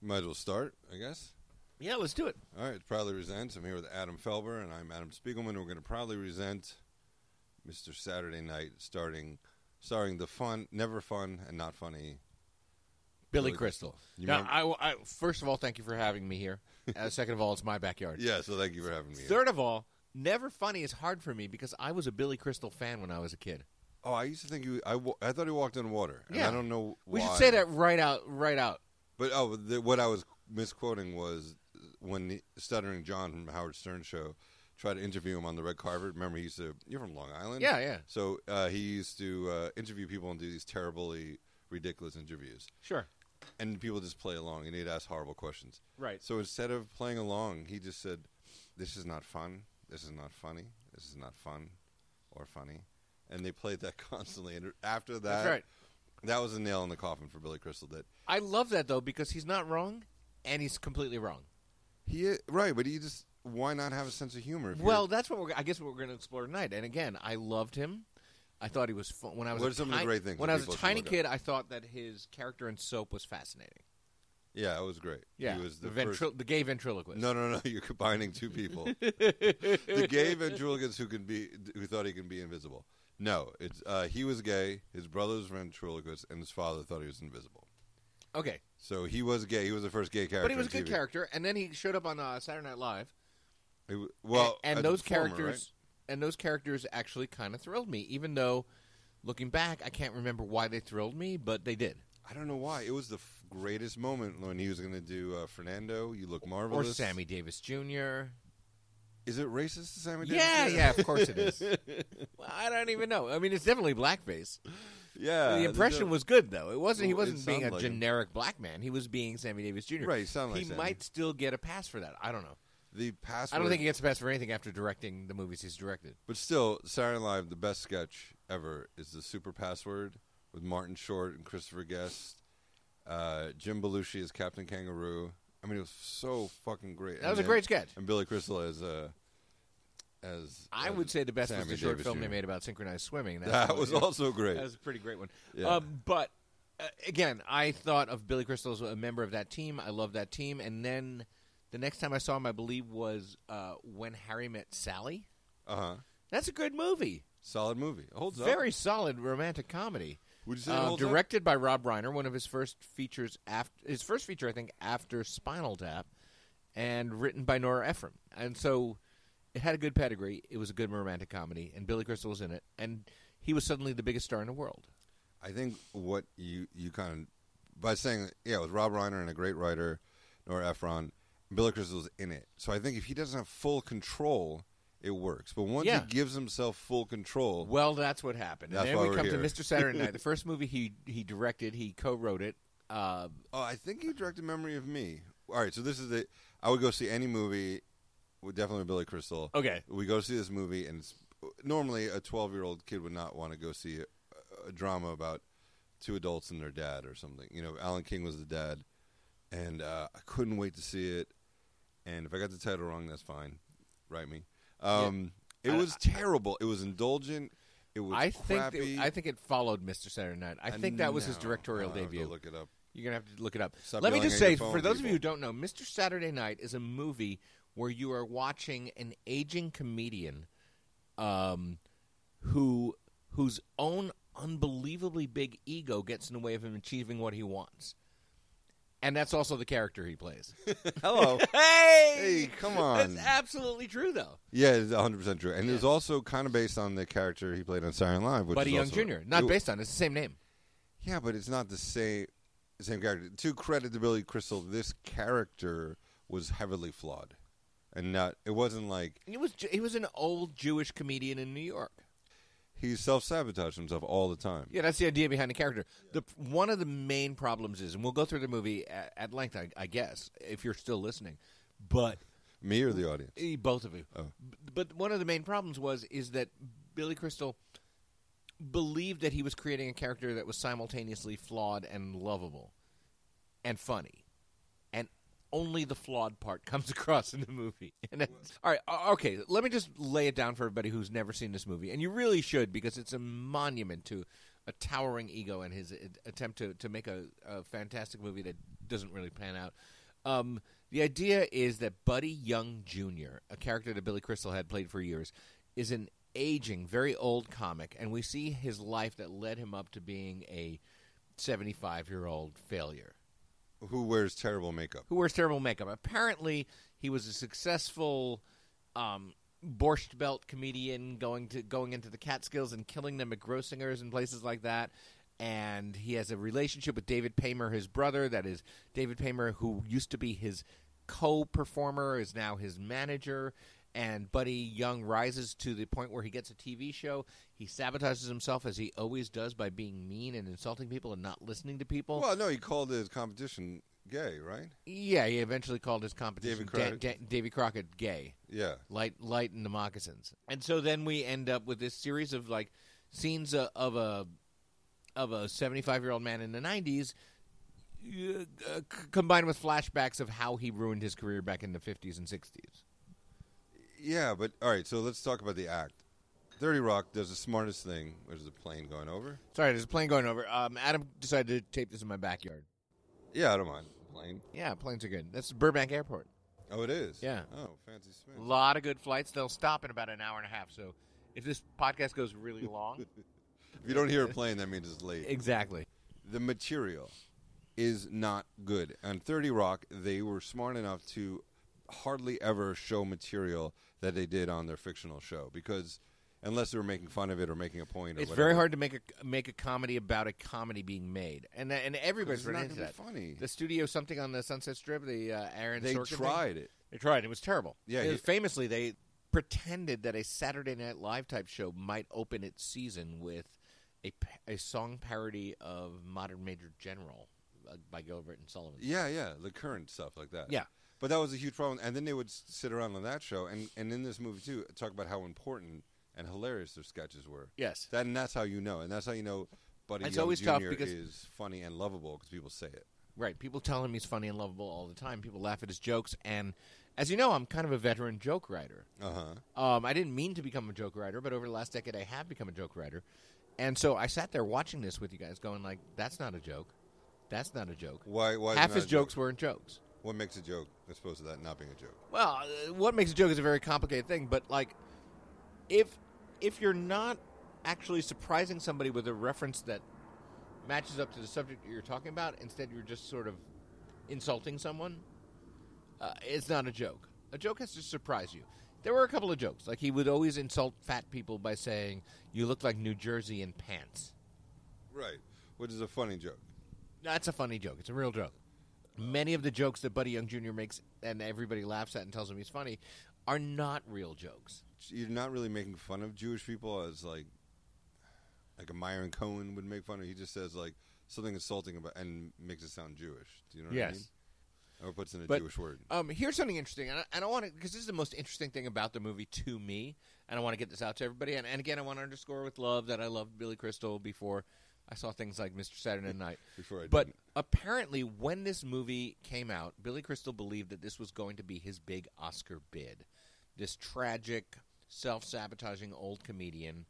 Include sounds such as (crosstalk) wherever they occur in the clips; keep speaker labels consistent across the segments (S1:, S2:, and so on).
S1: Might as well start, I guess.
S2: Yeah, let's do it.
S1: All right, Proudly Resents. I'm here with Adam Felber, and I'm Adam Spiegelman. We're going to proudly resent Mr. Saturday Night, starting, starring the fun, never fun, and not funny.
S2: Billy
S1: Billy
S2: Crystal.
S1: You
S2: Now,
S1: remember-
S2: I, I- first of all, thank you for having me here. Uh, (laughs) second of all, it's my backyard.
S1: Yeah, so thank you for having me. here.
S2: Third of all, never funny is hard for me because I was a Billy Crystal fan when I was a kid.
S1: Oh, I used to think you. I, wa- I thought he walked on water. And
S2: Yeah.
S1: I don't know.
S2: We should
S1: why.
S2: say that right out, right out.
S1: But oh, the, what I was misquoting was when the- Stuttering John from Howard Stern show tried to interview him on the red carpet. Remember, he used to. You're from Long Island.
S2: Yeah, yeah,
S1: So uh, he used to uh, interview people and do these terribly ridiculous interviews,
S2: sure,
S1: and people just play along, and he'd ask horrible questions.
S2: right.
S1: So instead of playing along, he just said, "This is not fun. This is not funny. This is not fun, or funny." And they played that (laughs) constantly. And after that,
S2: That's right.
S1: that was a nail in the coffin for Billy Crystal. That
S2: I love that though because he's not wrong, and he's completely wrong.
S1: he i- right, but he just why not have a sense of humor? If
S2: Well, that's what we're. I guess what we're going to explore tonight. And again, I loved him. I thought he was fun. when I was.
S1: What
S2: a
S1: are some of the
S2: ti-
S1: great things
S2: When
S1: that
S2: I was a
S1: people should
S2: tiny
S1: look up?
S2: kid, I thought that his character in Soap was fascinating.
S1: you're- yeah, it was great.
S2: Yeah,
S1: he was the
S2: ventrilo-
S1: first.
S2: the gay ventriloquist.
S1: No, no, (laughs) no! You're combining two
S2: (laughs)
S1: people. the gay ventriloquist who can be who thought he can be invisible. No, it's uh, he was gay. His brother's ventriloquist, and his father thought he was invisible.
S2: Okay,
S1: So he was gay. He was the first gay character.
S2: but he was a
S1: on
S2: good
S1: TV.
S2: character, and then he showed up on uh, Saturday Night Live.
S1: It w- well,
S2: and,
S1: as
S2: and
S1: a
S2: those
S1: performer,
S2: characters, and those characters actually kind of thrilled me, even though, looking back, I can't remember why they thrilled me, but they did.
S1: right? I don't know why. It was the f- greatest moment when he was going to do uh, Fernando. You look
S2: Or
S1: marvelous.
S2: Sammy Davis Jr.
S1: Is it racist to Sammy? Davis
S2: Yeah,
S1: Jr.?
S2: yeah, of course it is. well, I don't even know. I mean, it's definitely blackface.
S1: (laughs) yeah.
S2: the impression was good though. It wasn't. He
S1: Uh, Well, it
S2: wasn't being a
S1: sounded like him.
S2: generic black man. He was being Sammy Davis Jr.
S1: Right, he sounded like
S2: he
S1: Sammy.
S2: might still get a pass for that. I don't know.
S1: the password.
S2: I don't think he gets a pass for anything after directing the movies he's directed.
S1: But still, Saturday Night Live, the best sketch ever is the super password with Martin Short and Christopher Guest, uh, Jim Belushi as Captain Kangaroo. I mean, it was so fucking great.
S2: That was a
S1: then-
S2: great sketch.
S1: And Billy Crystal as uh, as
S2: I
S1: as
S2: would say the best was
S1: Sammy
S2: the short
S1: Davis
S2: film
S1: Jr..
S2: they made about synchronized swimming.
S1: (laughs)
S2: That's
S1: That
S2: what-
S1: was
S2: yeah.
S1: also great.
S2: That was a pretty great one.
S1: Yeah.
S2: Um, but uh, again, I thought of Billy Crystal as a member of that team. I love that team. And then the next time I saw him, I believe was uh, when Harry met Sally.
S1: Uh huh.
S2: That's a good movie.
S1: Solid movie. It Holds
S2: Very
S1: up.
S2: solid romantic comedy.
S1: Would you say it
S2: Uh,
S1: holds up?
S2: directed by Rob Reiner, one of his first features after his first feature, I think, after Spinal Tap, and written by Nora Ephron. And so it had a good pedigree. It was a good romantic comedy, and Billy Crystal was in it, and he was suddenly the biggest star in the world.
S1: I think what you you kind of by saying yeah, it was Rob Reiner and a great writer, Nora Ephron, Billy Crystal's in it. So I think if he doesn't have full control, it works. But once
S2: Yeah.
S1: he gives himself full control,
S2: Well, that's what happened.
S1: That's
S2: and
S1: why
S2: then
S1: we're
S2: we come
S1: here.
S2: to Mr. Saturday
S1: (laughs)
S2: Night, the first movie he he directed, he co-wrote it. Uh,
S1: oh, I think he directed Memory of Me. All right, so this is the I would go see any movie with definitely Billy Crystal.
S2: okay,
S1: We go see this movie, and it's, normally a twelve-year-old kid would not want to go see a, a drama about two adults and their dad or something. You know, Alan King was the dad, and uh, I couldn't wait to see it. And if I got the title wrong, that's fine. Write me. Um,
S2: I-
S1: It was terrible. It was indulgent. It was
S2: I think that-
S1: crappy.
S2: I think it followed Mr. Saturday Night. I think that was his
S1: No.
S2: directorial
S1: I'll have to
S2: debut.
S1: Look
S2: (laughs)
S1: it up.
S2: You're gonna have to look it up.
S1: Stop
S2: Let me
S1: yelling
S2: just
S1: at
S2: say,
S1: your phone,
S2: for those of
S1: people.
S2: you who don't know, Mr. Saturday Night is a movie where you are watching an aging comedian, um, who whose own unbelievably big ego gets in the way of him achieving what he wants, and that's also the character
S1: (laughs)
S2: he plays.
S1: Hello.
S2: hey,
S1: hey, come on.
S2: that's absolutely true though.
S1: Yeah, it's 100 percent true, and it was also kind of based on the character he played on Siren Live, which
S2: Buddy
S1: is
S2: Young
S1: also-
S2: Jr. Not
S1: it-
S2: based on it's the same name.
S1: Yeah, but it's not the same same character. To credit to Billy Crystal, this character was heavily flawed, and not it wasn't like
S2: It was he was an old Jewish comedian in New York.
S1: he self sabotaged himself all the time.
S2: Yeah, that's the idea behind the character. The one of the main problems is, and we'll go through the movie at, at length, I, I guess, if you're still listening. But
S1: Me or the audience?
S2: eh, both of you.
S1: Oh.
S2: B- But one of the main problems was is that Billy Crystal believed that he was creating a character that was simultaneously flawed and lovable and funny, and only the flawed part (laughs) comes across in the movie. (laughs) And that's, all right, o- okay, let me just lay it down for everybody who's never seen this movie, and you really should because it's a monument to a towering ego and his uh, attempt to to make a, a fantastic movie that doesn't really pan out. Um, the idea is that Buddy Young Jr., a character that Billy Crystal had played for years, is an aging, very old comic, and we see his life that led him up to being a 75 year old failure
S1: Who wears terrible makeup?
S2: who wears terrible makeup. Apparently, he was a successful um, borscht belt comedian going to going into the Catskills and killing them at Grossinger's and places like that. And he has a relationship with David Paymer, his brother. That is David Paymer, who used to be his co-performer, is now his manager. And Buddy Young rises to the point where he gets a TV show. He sabotages himself as he always does by being mean and insulting people and not listening to people.
S1: Well, no, he called his competition gay, right?
S2: Yeah, he eventually called his competition
S1: Davy Crockett.
S2: Da- Da- Davy Crockett gay,
S1: Yeah.
S2: light light in the moccasins, and so then we end up with this series of like scenes uh, of a of a seventy five year old man in the nineties, uh, c- combined with flashbacks of how he ruined his career back in the fifties and sixties.
S1: Yeah, but all right, so let's talk about the act. 30 Rock does the smartest thing, which is a plane going over.
S2: Sorry, there's a plane going over. Um, Adam decided to tape this in my backyard.
S1: Yeah, I don't mind. Plane.
S2: Yeah, planes are good. That's Burbank Airport.
S1: Oh, it is?
S2: Yeah.
S1: Oh, fancy
S2: A
S1: spin.
S2: lot of good flights. They'll stop in about an hour and a half. So if this podcast goes really long,
S1: If you don't hear a plane, that means it's late.
S2: (laughs) exactly.
S1: the material is not good. On 30 Rock, they were smart enough to hardly ever show material that they did on their fictional show because unless they were making fun of it or making a point or
S2: It's
S1: whatever,
S2: very hard to make a make a comedy about a comedy being made, and tha- and everybody's
S1: it's not
S2: running
S1: gonna
S2: into
S1: be
S2: that.
S1: funny.
S2: The studio something on the Sunset Strip, the uh, Aaron
S1: They
S2: Sorkin thing?
S1: tried it.
S2: They tried. It was terrible.
S1: Yeah,
S2: They-
S1: he-
S2: famously, they pretended that a Saturday Night Live type show might open its season with a pa- a song parody of Modern Major General uh, by Gilbert and Sullivan.
S1: Yeah, yeah, the current stuff like that.
S2: Yeah.
S1: But that was a huge problem. And then they would s- sit around on that show and, and in this movie too talk about how important and hilarious their sketches were.
S2: Yes.
S1: That, and that's how you know. And that's how you know Buddy
S2: It's
S1: Young
S2: always
S1: Jr.
S2: tough because-
S1: is funny and lovable because people say it.
S2: Right. People tell him he's funny and lovable all the time. People laugh at his jokes, and as you know, I'm kind of a veteran joke writer.
S1: Uh huh.
S2: Um, I didn't mean to become a joke writer, but over the last decade, I have become a joke writer. And so I sat there watching this with you guys, going like, "That's not a joke. That's not a joke."
S1: Why? Why? is it
S2: Half
S1: not
S2: his
S1: a joke?
S2: jokes weren't jokes.
S1: What makes a joke as opposed to that not being a joke?
S2: Well, uh, what makes a joke is a very complicated thing, but like, if if you're not actually surprising somebody with a reference that matches up to the subject you're talking about, instead you're just sort of insulting someone. Uh, it's not a joke. A joke has to surprise you. There were a couple of jokes, like he would always insult fat people by saying, "You look like New Jersey in pants."
S1: Right. Which is a funny joke.
S2: That's a funny joke. It's a real joke. Many of the jokes that Buddy Young Jr. makes and everybody laughs at and tells him he's funny are not real jokes.
S1: You're not really making fun of Jewish people as like like a Myron Cohen would make fun of. He just says like something insulting about and makes it sound Jewish. Do you know what
S2: Yes.
S1: I mean? Or puts in a
S2: But-
S1: Jewish word.
S2: Um, here's something interesting, and I, and I want to because this is the most interesting thing about the movie to me, and I want to get this out to everybody. And, and again, I want to underscore with love that I loved Billy Crystal before I saw things like Mr. Saturday Night.
S1: Before I
S2: but
S1: didn't.
S2: apparently, when this movie came out, Billy Crystal believed that this was going to be his big Oscar bid. This tragic, self-sabotaging old comedian,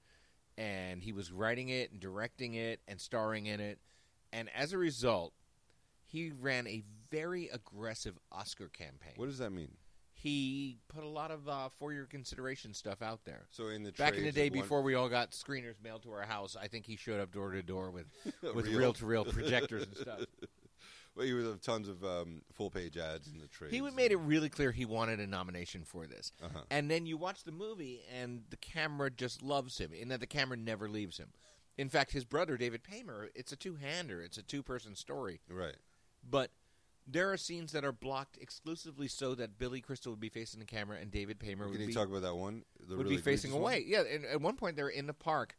S2: and he was writing it and directing it and starring in it, and as a result. He ran a very aggressive Oscar campaign
S1: What does that mean?
S2: he put a lot of uh, for your consideration stuff out there.
S1: So in the
S2: Back in the
S1: trades,
S2: day,
S1: one- (laughs)
S2: before we all got screeners mailed to our house, I think he showed up door to
S1: (laughs)
S2: door with with
S1: Reel.
S2: reel
S1: (laughs)
S2: to reel projectors and stuff.
S1: well, you would have tons of um, full page ads in the trade.
S2: He would- made it really clear he wanted a nomination for this.
S1: Uh-huh.
S2: And then you watch the movie, and the camera just loves him, in that the camera never leaves him. In fact, his brother David Paymer, it's a two hander, it's a two person story.
S1: right.
S2: But there are scenes that are blocked exclusively so that Billy Crystal would be facing the camera and David Paymer would
S1: Can you
S2: be
S1: talk about that one? The
S2: would
S1: really
S2: be facing
S1: egregious one?
S2: away. Yeah, and at one point they're in the park,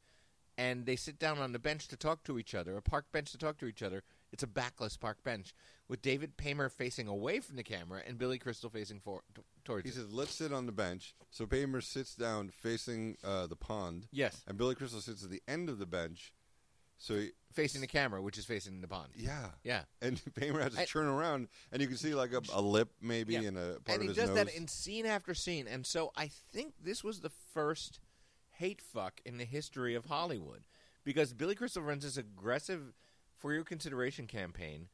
S2: and they sit down on the bench to talk to each other, a park bench to talk to each other. It's a backless park bench with David Paymer facing away from the camera and Billy Crystal facing for, t- towards.
S1: He
S2: it.
S1: says, "Let's sit on the bench." So Paymer sits down facing uh, the pond.
S2: yes,
S1: And Billy Crystal sits at the end of the bench. So, he,
S2: facing the camera, which is facing the pond.
S1: yeah. (laughs)
S2: Yeah,
S1: And Paymer has to
S2: I-
S1: turn around, and you can see like a, a lip maybe
S2: Yeah.
S1: and a part
S2: and
S1: of
S2: he
S1: his
S2: does
S1: nose.
S2: that in scene after scene, and so I think this was the first hate fuck in the history of Hollywood because Billy Crystal runs this aggressive for your consideration campaign,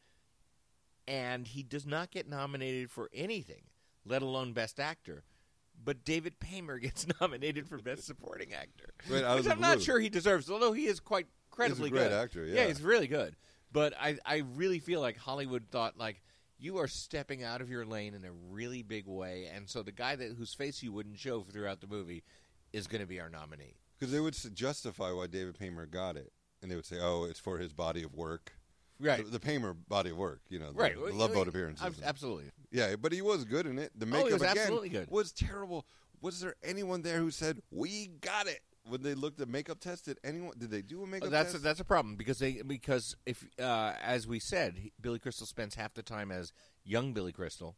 S2: and he does not get nominated for anything, let alone Best Actor. But David Paymer (laughs) gets nominated for Best Supporting Actor,
S1: Right, out of
S2: which
S1: the
S2: I'm not
S1: blue.
S2: sure he deserves. Although he is quite credibly
S1: great
S2: good.
S1: actor,
S2: yeah,
S1: yeah.
S2: he's really good. But I, I really feel like Hollywood thought like you are stepping out of your lane in a really big way, and so the guy that whose face you wouldn't show throughout the movie is going to be our nominee.
S1: Because they would s- justify why David Paymer got it, and they would say, "Oh, it's for his body of work."
S2: Right.
S1: The, the Paymer body of work, you know, the,
S2: right.
S1: the Love Boat appearances.
S2: Ab- Absolutely.
S1: yeah, but he was good in it. The
S2: Oh, he
S1: makeup
S2: was
S1: again
S2: absolutely good.
S1: was terrible. Was there anyone there who said, "We got it"? When they looked at makeup test, did anyone? Did they do a makeup
S2: that's a,
S1: test?
S2: that's a problem because they because if uh, as we said, he- Billy Crystal spends half the time as young Billy Crystal,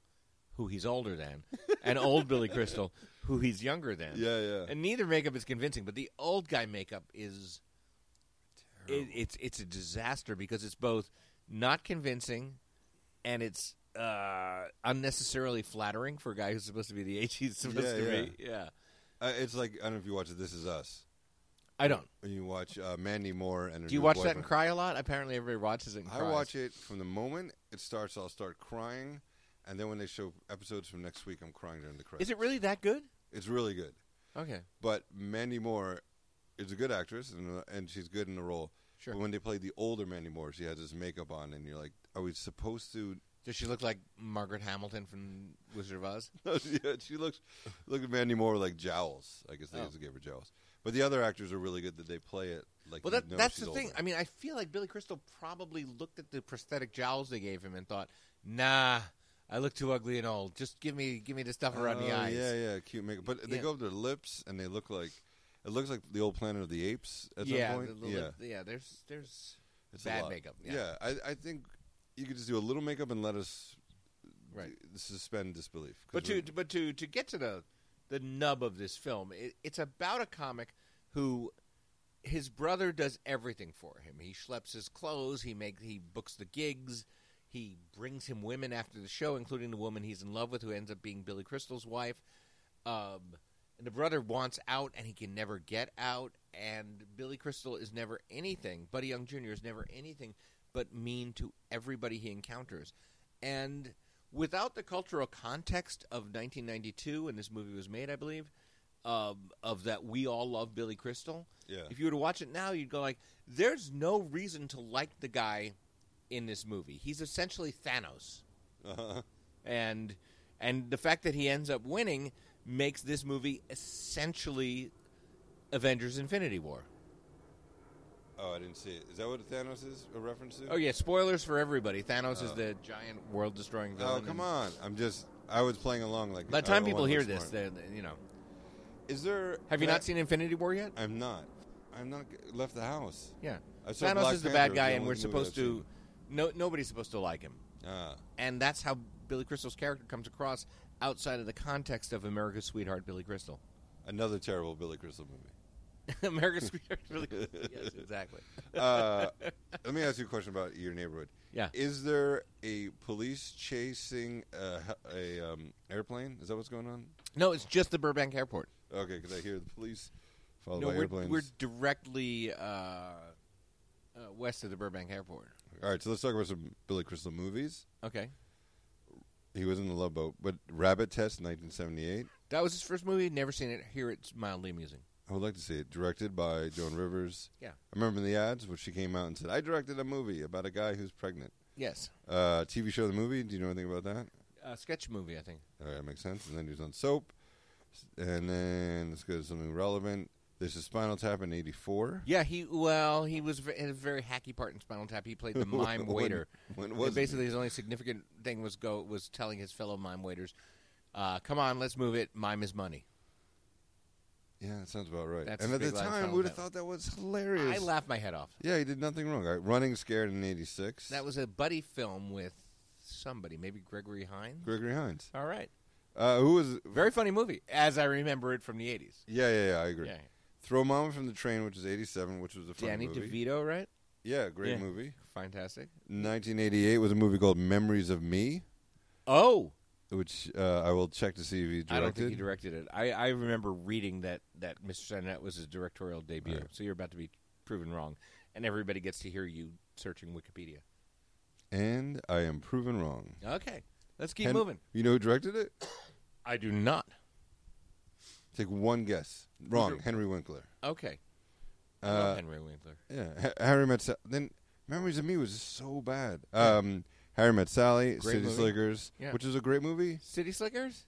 S2: who he's older than, and old Billy Crystal, who he's younger than.
S1: yeah, yeah.
S2: And neither makeup is convincing, but the old guy makeup is it, it's it's a disaster because it's both not convincing and it's uh, unnecessarily flattering for a guy who's supposed to be the age he's supposed
S1: Yeah,
S2: to
S1: yeah.
S2: be. Yeah,
S1: Uh, it's like I don't know if you watch This Is Us.
S2: I don't.
S1: When you watch uh, Mandy Moore and her
S2: Do you
S1: new
S2: watch that and
S1: boyfriend.
S2: cry a lot? Apparently, everybody watches it. And
S1: I watch it from the moment it starts. I'll start crying, and then when they show episodes from next week, I'm crying during the credits.
S2: Is it really that good?
S1: It's really good.
S2: Okay,
S1: But Mandy Moore is a good actress, and uh, and she's good in the role.
S2: Sure.
S1: But when they play the older Mandy Moore, she has this makeup on, and you're like, are we supposed to? (laughs)
S2: does she look like Margaret Hamilton from Wizard of Oz?
S1: No, she, she looks. Look at Mandy Moore with like jowls. I guess they
S2: Oh.
S1: used to give her jowls. But the other actors are really good that they play it like.
S2: Well,
S1: you
S2: that,
S1: know
S2: that's
S1: she's
S2: the thing.
S1: older.
S2: I mean, I feel like Billy Crystal probably looked at the prosthetic jowls they gave him and thought, "Nah, I look too ugly and old. Just give me give me the stuff around the
S1: Oh,
S2: eyes."
S1: Yeah, yeah, cute makeup. But they
S2: Yeah.
S1: go up their lips, and they look like it looks like the old Planet of the Apes at
S2: yeah,
S1: some point.
S2: the- the
S1: yeah,
S2: lip- yeah. There's there's
S1: it's a
S2: bad
S1: lot.
S2: makeup. Yeah,
S1: Yeah, I, I think you could just do a little makeup and let us
S2: right.
S1: d- suspend disbelief. 'Cause
S2: But
S1: we're-
S2: to but to to get to the the nub of this film, it, it's about a comic who his brother does everything for him. He schleps his clothes. He make he books the gigs. He brings him women after the show, including the woman he's in love with, who ends up being Billy Crystal's wife. Um, and the brother wants out, and he can never get out. And Billy Crystal is never anything. Buddy Young Jr. is never anything but mean to everybody he encounters. And without the cultural context of 1992, when this movie was made, I believe, um, of that we all love Billy Crystal.
S1: Yeah. (laughs)
S2: If you were to watch it now, you'd go like, "There's no reason to like the guy in this movie. He's essentially Thanos."
S1: Uh-huh.
S2: and and the fact that he ends up winning makes this movie essentially Avengers: Infinity War.
S1: Oh, I didn't see it. Is that what Thanos is a reference to?
S2: Oh yeah, spoilers for everybody. Thanos is
S1: Oh.
S2: the giant world-destroying villain.
S1: Oh, come
S2: and
S1: on. Oh, I'm just. I was playing along like.
S2: By the
S1: I
S2: time
S1: wanna
S2: people hear
S1: look
S2: this,
S1: smart.
S2: they're- they you know,
S1: is there?
S2: have you
S1: can I-
S2: not seen Infinity War yet?
S1: I'm not. I'm not g- left the house.
S2: Yeah,
S1: I saw
S2: Thanos
S1: Black
S2: is the
S1: Panther
S2: bad
S1: was
S2: guy,
S1: the
S2: and
S1: only
S2: we're
S1: movie I've
S2: supposed to.
S1: seen.
S2: No, nobody's supposed to like him,
S1: Ah,
S2: and that's how Billy Crystal's character comes across outside of the context of America's sweetheart, Billy Crystal. (laughs)
S1: another terrible Billy Crystal movie.
S2: America's sweetheart,
S1: (laughs)
S2: Billy Crystal. Yes, exactly. (laughs)
S1: Uh, let me ask you a question about your neighborhood.
S2: Yeah.
S1: Is there a police chasing a, he- a um, airplane? Is that what's going on?
S2: No, it's just the Burbank Airport.
S1: Okay, because I hear Oh, the police followed
S2: No,
S1: by
S2: we're,
S1: airplanes.
S2: we're directly uh, uh, west of the Burbank Airport.
S1: All right, so let's talk about some Billy Crystal movies.
S2: Okay,
S1: He was in the Love Boat, but Rabbit Test, 1978.
S2: that was his first movie. Never seen it. Here it's mildly amusing.
S1: I would like to see it. Directed by Joan Rivers.
S2: Yeah.
S1: I remember in the ads when she came out and said, I directed a movie about a guy who's pregnant.
S2: Yes,
S1: Uh, TV show, The Movie. Do you know anything about that?
S2: uh, sketch movie. I think.
S1: All right, that makes sense. And then he was on Soap. And then let's go to something relevant. This is Spinal Tap in 84.
S2: Yeah, he well, he was v- had a very hacky part in Spinal Tap.
S1: (laughs)
S2: He played the mime
S1: When-
S2: waiter.
S1: when
S2: And
S1: was it?
S2: basically his only significant thing was go was telling his fellow mime waiters, uh, "Come on, let's move it. Mime is money."
S1: Yeah, that sounds about right.
S2: That's
S1: and
S2: a
S1: at the
S2: big line
S1: time,
S2: Spinal
S1: we would have
S2: Tap.
S1: thought that was hilarious.
S2: I laughed my head off.
S1: yeah, he did nothing wrong. All right, Running Scared in 86.
S2: That was a buddy film with somebody, maybe Gregory Hines.
S1: Gregory Hines.
S2: All right,
S1: Uh, who was.
S2: very funny movie, as I remember it from the eighties.
S1: Yeah, yeah, yeah, I agree.
S2: Yeah.
S1: Throw Mama from the Train, which is 87, which was a funny
S2: Danny
S1: movie.
S2: DeVito, right?
S1: Yeah, great
S2: Yeah.
S1: movie.
S2: Fantastic.
S1: 1988 was a movie called Memories of Me,
S2: Oh,
S1: which uh, I will check to see if he directed.
S2: I don't think he directed it. I, I remember reading that that Mr. Sinette was his directorial debut. So you're about to be proven wrong, and everybody gets to hear you searching Wikipedia.
S1: And I am proven wrong.
S2: Okay, let's keep
S1: Hen-
S2: moving.
S1: You know who directed it?
S2: I do not.
S1: Take one guess. Wrong.
S2: dir-
S1: Henry Winkler.
S2: Okay. I
S1: Uh,
S2: love Oh, Henry Winkler.
S1: yeah. Ha- Harry Met Sa- Then Memories of Me was just so bad. Um, Harry Met Sally,
S2: Great
S1: City
S2: movie.
S1: Slickers,
S2: Yeah.
S1: which is a great movie.
S2: City Slickers.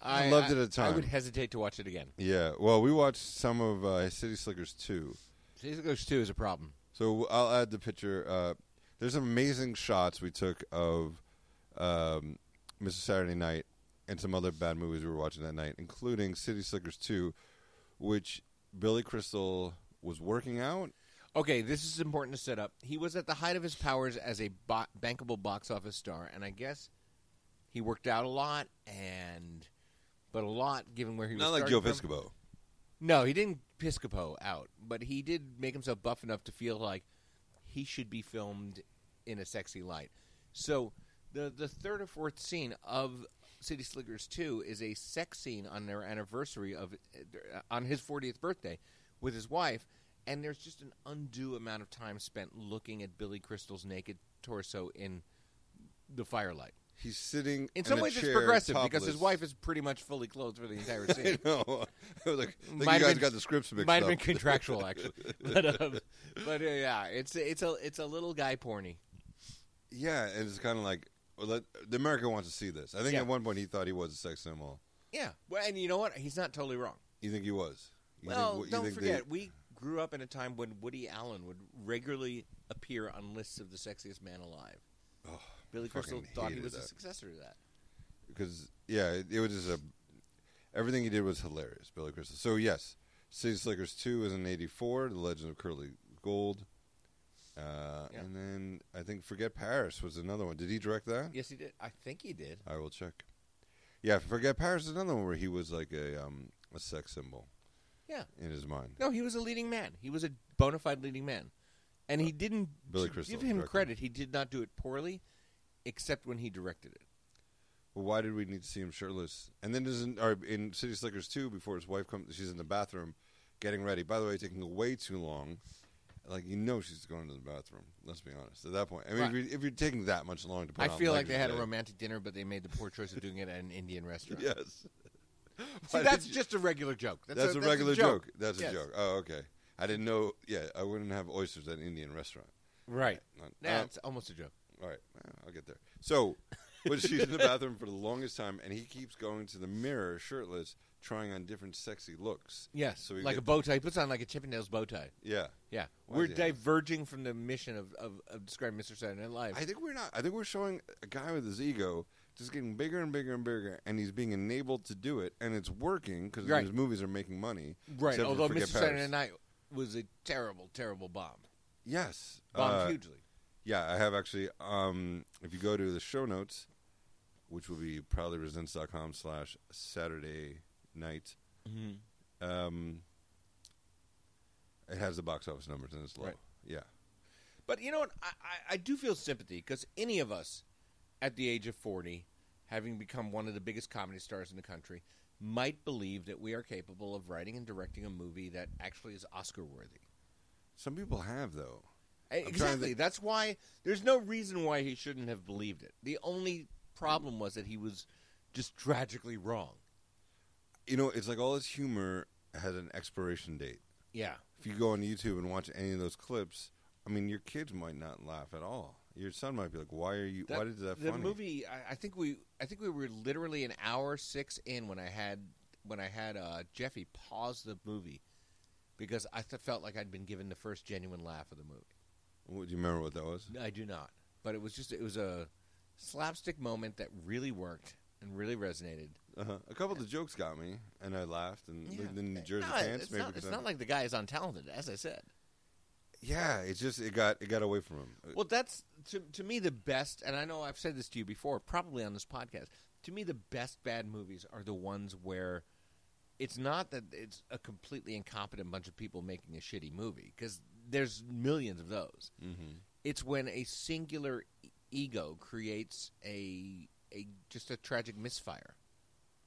S1: I loved it at the
S2: I would
S1: time.
S2: hesitate to watch it again.
S1: Yeah. Well, we watched some of uh, City Slickers too.
S2: City Slickers Two is a problem.
S1: So I'll add the picture. Uh, there's some amazing shots we took of um, Mr. Saturday Night and some other bad movies we were watching that night, including City Slickers 2, which Billy Crystal was working out.
S2: Okay, this is important to set up. He was at the height of his powers as a bo- bankable box office star, and I guess he worked out a lot, and but a lot given where he was. starting from.
S1: Viscobo.
S2: No, he didn't Piscopo out, but he did make himself buff enough to feel like he should be filmed in a sexy light. So the the third or fourth scene of City Slickers Two is a sex scene on their anniversary of uh, on his 40th birthday with his wife, and there's just an undue amount of time spent looking at Billy Crystal's naked torso in the firelight.
S1: He's sitting
S2: In some
S1: a
S2: ways,
S1: chair,
S2: it's progressive
S1: topless.
S2: because his wife is pretty much fully clothed for
S1: (laughs)
S2: the entire scene.
S1: I know. I was like, I think
S2: Might
S1: you
S2: have
S1: guys
S2: been-
S1: got the scripts mixed
S2: might
S1: up.
S2: have been contractual (laughs) actually, but um, but uh, yeah, it's it's a it's a little guy porny.
S1: (laughs) yeah, and it's kind of like, well, let, the America wants to see this. I think
S2: Yeah.
S1: at one point he thought he was a sex symbol.
S2: Yeah, well, and you know what? He's not totally wrong.
S1: You think he was? You
S2: well,
S1: think, you
S2: don't
S1: think they-
S2: forget, we grew up in a time when Woody Allen would regularly appear on lists of the sexiest man alive.
S1: Oh,
S2: Billy Crystal
S1: fucking
S2: thought he
S1: hated
S2: was a
S1: that.
S2: successor to that.
S1: because yeah, it, it was just a everything he did was hilarious, Billy Crystal. So yes, City Slickers two is in '84, The Legend of Curly Gold, uh,
S2: Yeah.
S1: and then I think Forget Paris was another one. Did he direct that?
S2: Yes, he did. I think he did.
S1: I will check. Yeah, Forget Paris is another one where he was like a um, a sex symbol.
S2: Yeah.
S1: in his mind.
S2: No, he was a leading man. He was a bona fide leading man, and he didn't
S1: Uh, Billy
S2: to
S1: Crystal
S2: give him
S1: directed.
S2: credit. He did not do it poorly, except when he directed it.
S1: Well, why did we need to see him shirtless? And then doesn't or in City Slickers two before his wife comes, she's in the bathroom getting ready. By the way, taking way too long. Like you know, she's going to the bathroom. Let's be honest. At that point, I mean,
S2: Right.
S1: if, you're, if you're taking that much long to put
S2: I
S1: on
S2: feel like
S1: legs
S2: they had a
S1: (laughs) today-
S2: romantic dinner, but they made the poor choice of doing it at an Indian
S1: (laughs)
S2: restaurant.
S1: Yes,
S2: See,
S1: Why
S2: that's
S1: did you-
S2: just a regular joke. That's,
S1: that's a,
S2: that's
S1: regular joke. That's
S2: Yes.
S1: a joke. Oh, okay. I didn't know. Yeah, I wouldn't have oysters at an Indian restaurant.
S2: Right.
S1: Not- um,
S2: That's almost a joke.
S1: All right, well, I'll get there. So, but she's
S2: (laughs)
S1: in the bathroom for the longest time, and he keeps going to the mirror shirtless, trying on different sexy looks.
S2: Yes.
S1: So we
S2: like
S1: get-
S2: a bow tie. He puts on like a Chippendales bow tie.
S1: Yeah,
S2: Yeah.
S1: Why
S2: We're
S1: does he have-
S2: diverging from the mission of, of, of describing Mr. Saturday Night Live.
S1: I think we're not. I think we're showing a guy with his ego just getting bigger and bigger and bigger, and he's being enabled to do it, and it's working because
S2: Right.
S1: his movies are making money.
S2: right.
S1: except for
S2: Although Mr.
S1: Forget
S2: Saturday
S1: Paris.
S2: Night was a terrible, terrible bomb.
S1: Yes,
S2: Bombed
S1: Uh,
S2: hugely.
S1: Yeah, I have actually. Um, if you go to the show notes, which will be proudlyresents.com slash Saturday night, mm-hmm. um, it has the box office numbers and it's low.
S2: Right.
S1: Yeah.
S2: But you know what? I, I, I do feel sympathy because any of us at the age of 40, having become one of the biggest comedy stars in the country, might believe that we are capable of writing and directing a movie that actually is Oscar worthy.
S1: Some people have, though. to
S2: Exactly.
S1: think.
S2: That's why there's no reason why he shouldn't have believed it. The only problem was that he was just tragically wrong.
S1: You know, it's like all this humor has an expiration date.
S2: Yeah.
S1: If you go on YouTube and watch any of those clips, I mean, your kids might not laugh at all. Your son might be like, "Why are you? why did that
S2: the
S1: funny?"
S2: movie? I, I think we, I think we were literally an hour six in when I had when I had uh, Jeffy pause the movie because I th- felt like I'd been given the first genuine laugh of the movie.
S1: What- do you remember what that was?
S2: I do not, but it was just it was a slapstick moment that really worked and really resonated.
S1: Uh-huh. A couple of the jokes got me, and I laughed. And the- the New Jersey
S2: no,
S1: pants,
S2: it's
S1: maybe
S2: not,
S1: because
S2: it's
S1: I'm-
S2: not like the guy is untalented, as I said.
S1: Yeah, it's just it got it got away from him. Uh,
S2: Well, that's to to me the best, and I know I've said this to you before, probably on this podcast. To me, the best bad movies are the ones where it's not that it's a completely incompetent bunch of people making a shitty movie because there's millions of those.
S1: Mhm.
S2: It's when a singular e- ego creates a a just a tragic misfire,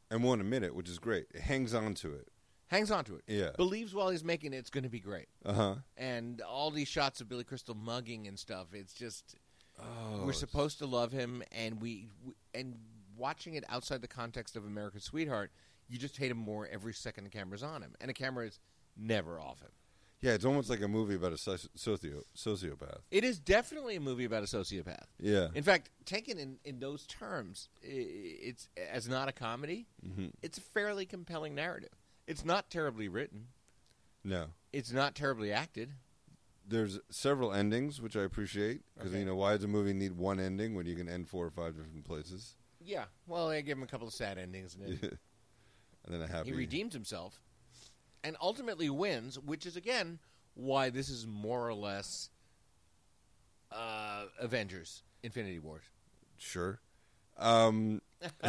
S1: And won't admit it, which is great. It hangs on to it.
S2: hangs on to it,
S1: Yeah.
S2: believes while he's making it, it's going to be great,
S1: Uh huh.
S2: and all these shots of Billy Crystal mugging and stuff. It's just
S1: Oh,
S2: we're supposed to love him, and we, we and watching it outside the context of America's Sweetheart, you just hate him more every second the camera's on him, and a camera is never off him.
S1: yeah, it's almost like a movie about a soci- socio- sociopath.
S2: It is definitely a movie about a sociopath.
S1: Yeah,
S2: In fact, taken in, in those terms, i- it's as not a comedy. It's a fairly compelling narrative. It's not terribly written.
S1: no.
S2: It's not terribly acted.
S1: There's several endings, which I appreciate because
S2: Okay.
S1: you know why does a movie need one ending when you can end four or five different places,
S2: Yeah. Well, they give him a couple of sad endings, and then
S1: and then a happy.
S2: he redeems himself, and ultimately wins, which is again why this is more or less uh, Avengers: Infinity Wars.
S1: Sure. Um, (laughs)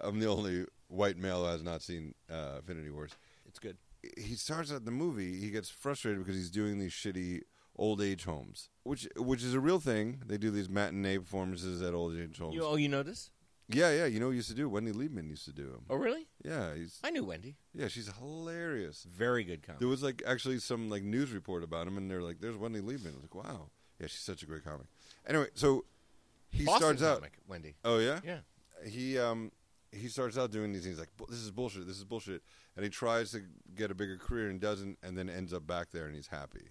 S1: I'm the only white male who has not seen uh, Affinity Wars.
S2: It's good.
S1: He starts out the movie. He gets frustrated because he's doing these shitty old age homes, which which is a real thing. They do these matinee performances at old age homes.
S2: You, oh, you know this?
S1: yeah, yeah. You know, what he used to do Wendy Liebman used to do him.
S2: Oh, really?
S1: Yeah, he's
S2: I knew Wendy.
S1: yeah, she's hilarious.
S2: Very good comic.
S1: There was like actually some like news report about him, and they're like, "There's Wendy Liebman." I was like, "Wow, yeah, she's such a great comic." Anyway, so he
S2: Boston
S1: starts out.
S2: comic, Wendy.
S1: Oh yeah,
S2: Yeah.
S1: he um he starts out doing these things like "Bu- this is bullshit, this is bullshit, and he tries to get a bigger career and doesn't, and then ends up back there and he's happy.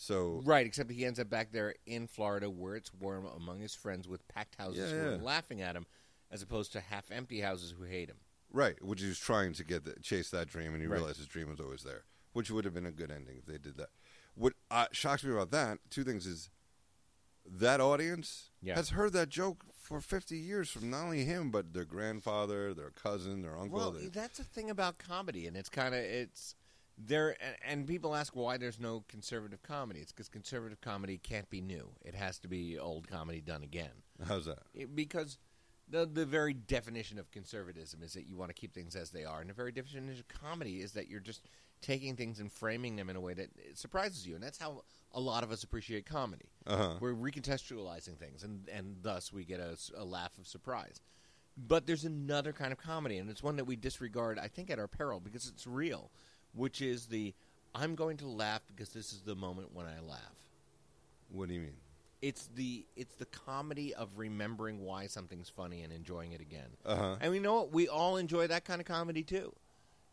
S1: So
S2: Right, except he ends up back there in Florida where it's warm among his friends with packed houses
S1: Yeah,
S2: who are
S1: yeah.
S2: laughing at him as opposed to half empty houses who hate him.
S1: right, which he was trying to get the, chase that dream, and he
S2: Right.
S1: realized his dream was always there, which would have been a good ending if they did that. What uh, shocks me about that two things is that audience
S2: Yeah.
S1: has heard that joke for fifty years from not only him but their grandfather, their cousin, their uncle.
S2: Well,
S1: their-
S2: that's the thing about comedy, and it's kind of it's there. And, and people ask why there's no conservative comedy. It's because conservative comedy can't be new; it has to be old comedy done again.
S1: how's that?
S2: It- because the the very definition of conservatism is that you want to keep things as they are, and the very definition of comedy is that you're just taking things and framing them in a way that it surprises you, and that's how a lot of us appreciate comedy.
S1: Uh-huh.
S2: We're recontextualizing things, and and thus we get a, s- a laugh of surprise. But there's another kind of comedy, and it's one that we disregard, I think, at our peril because it's real, which is the I'm going to laugh because this is the moment when I laugh
S1: What do you mean?
S2: it's the it's the comedy of remembering why something's funny and enjoying it again.
S1: Uh-huh.
S2: And we know what we all enjoy that kind of comedy too.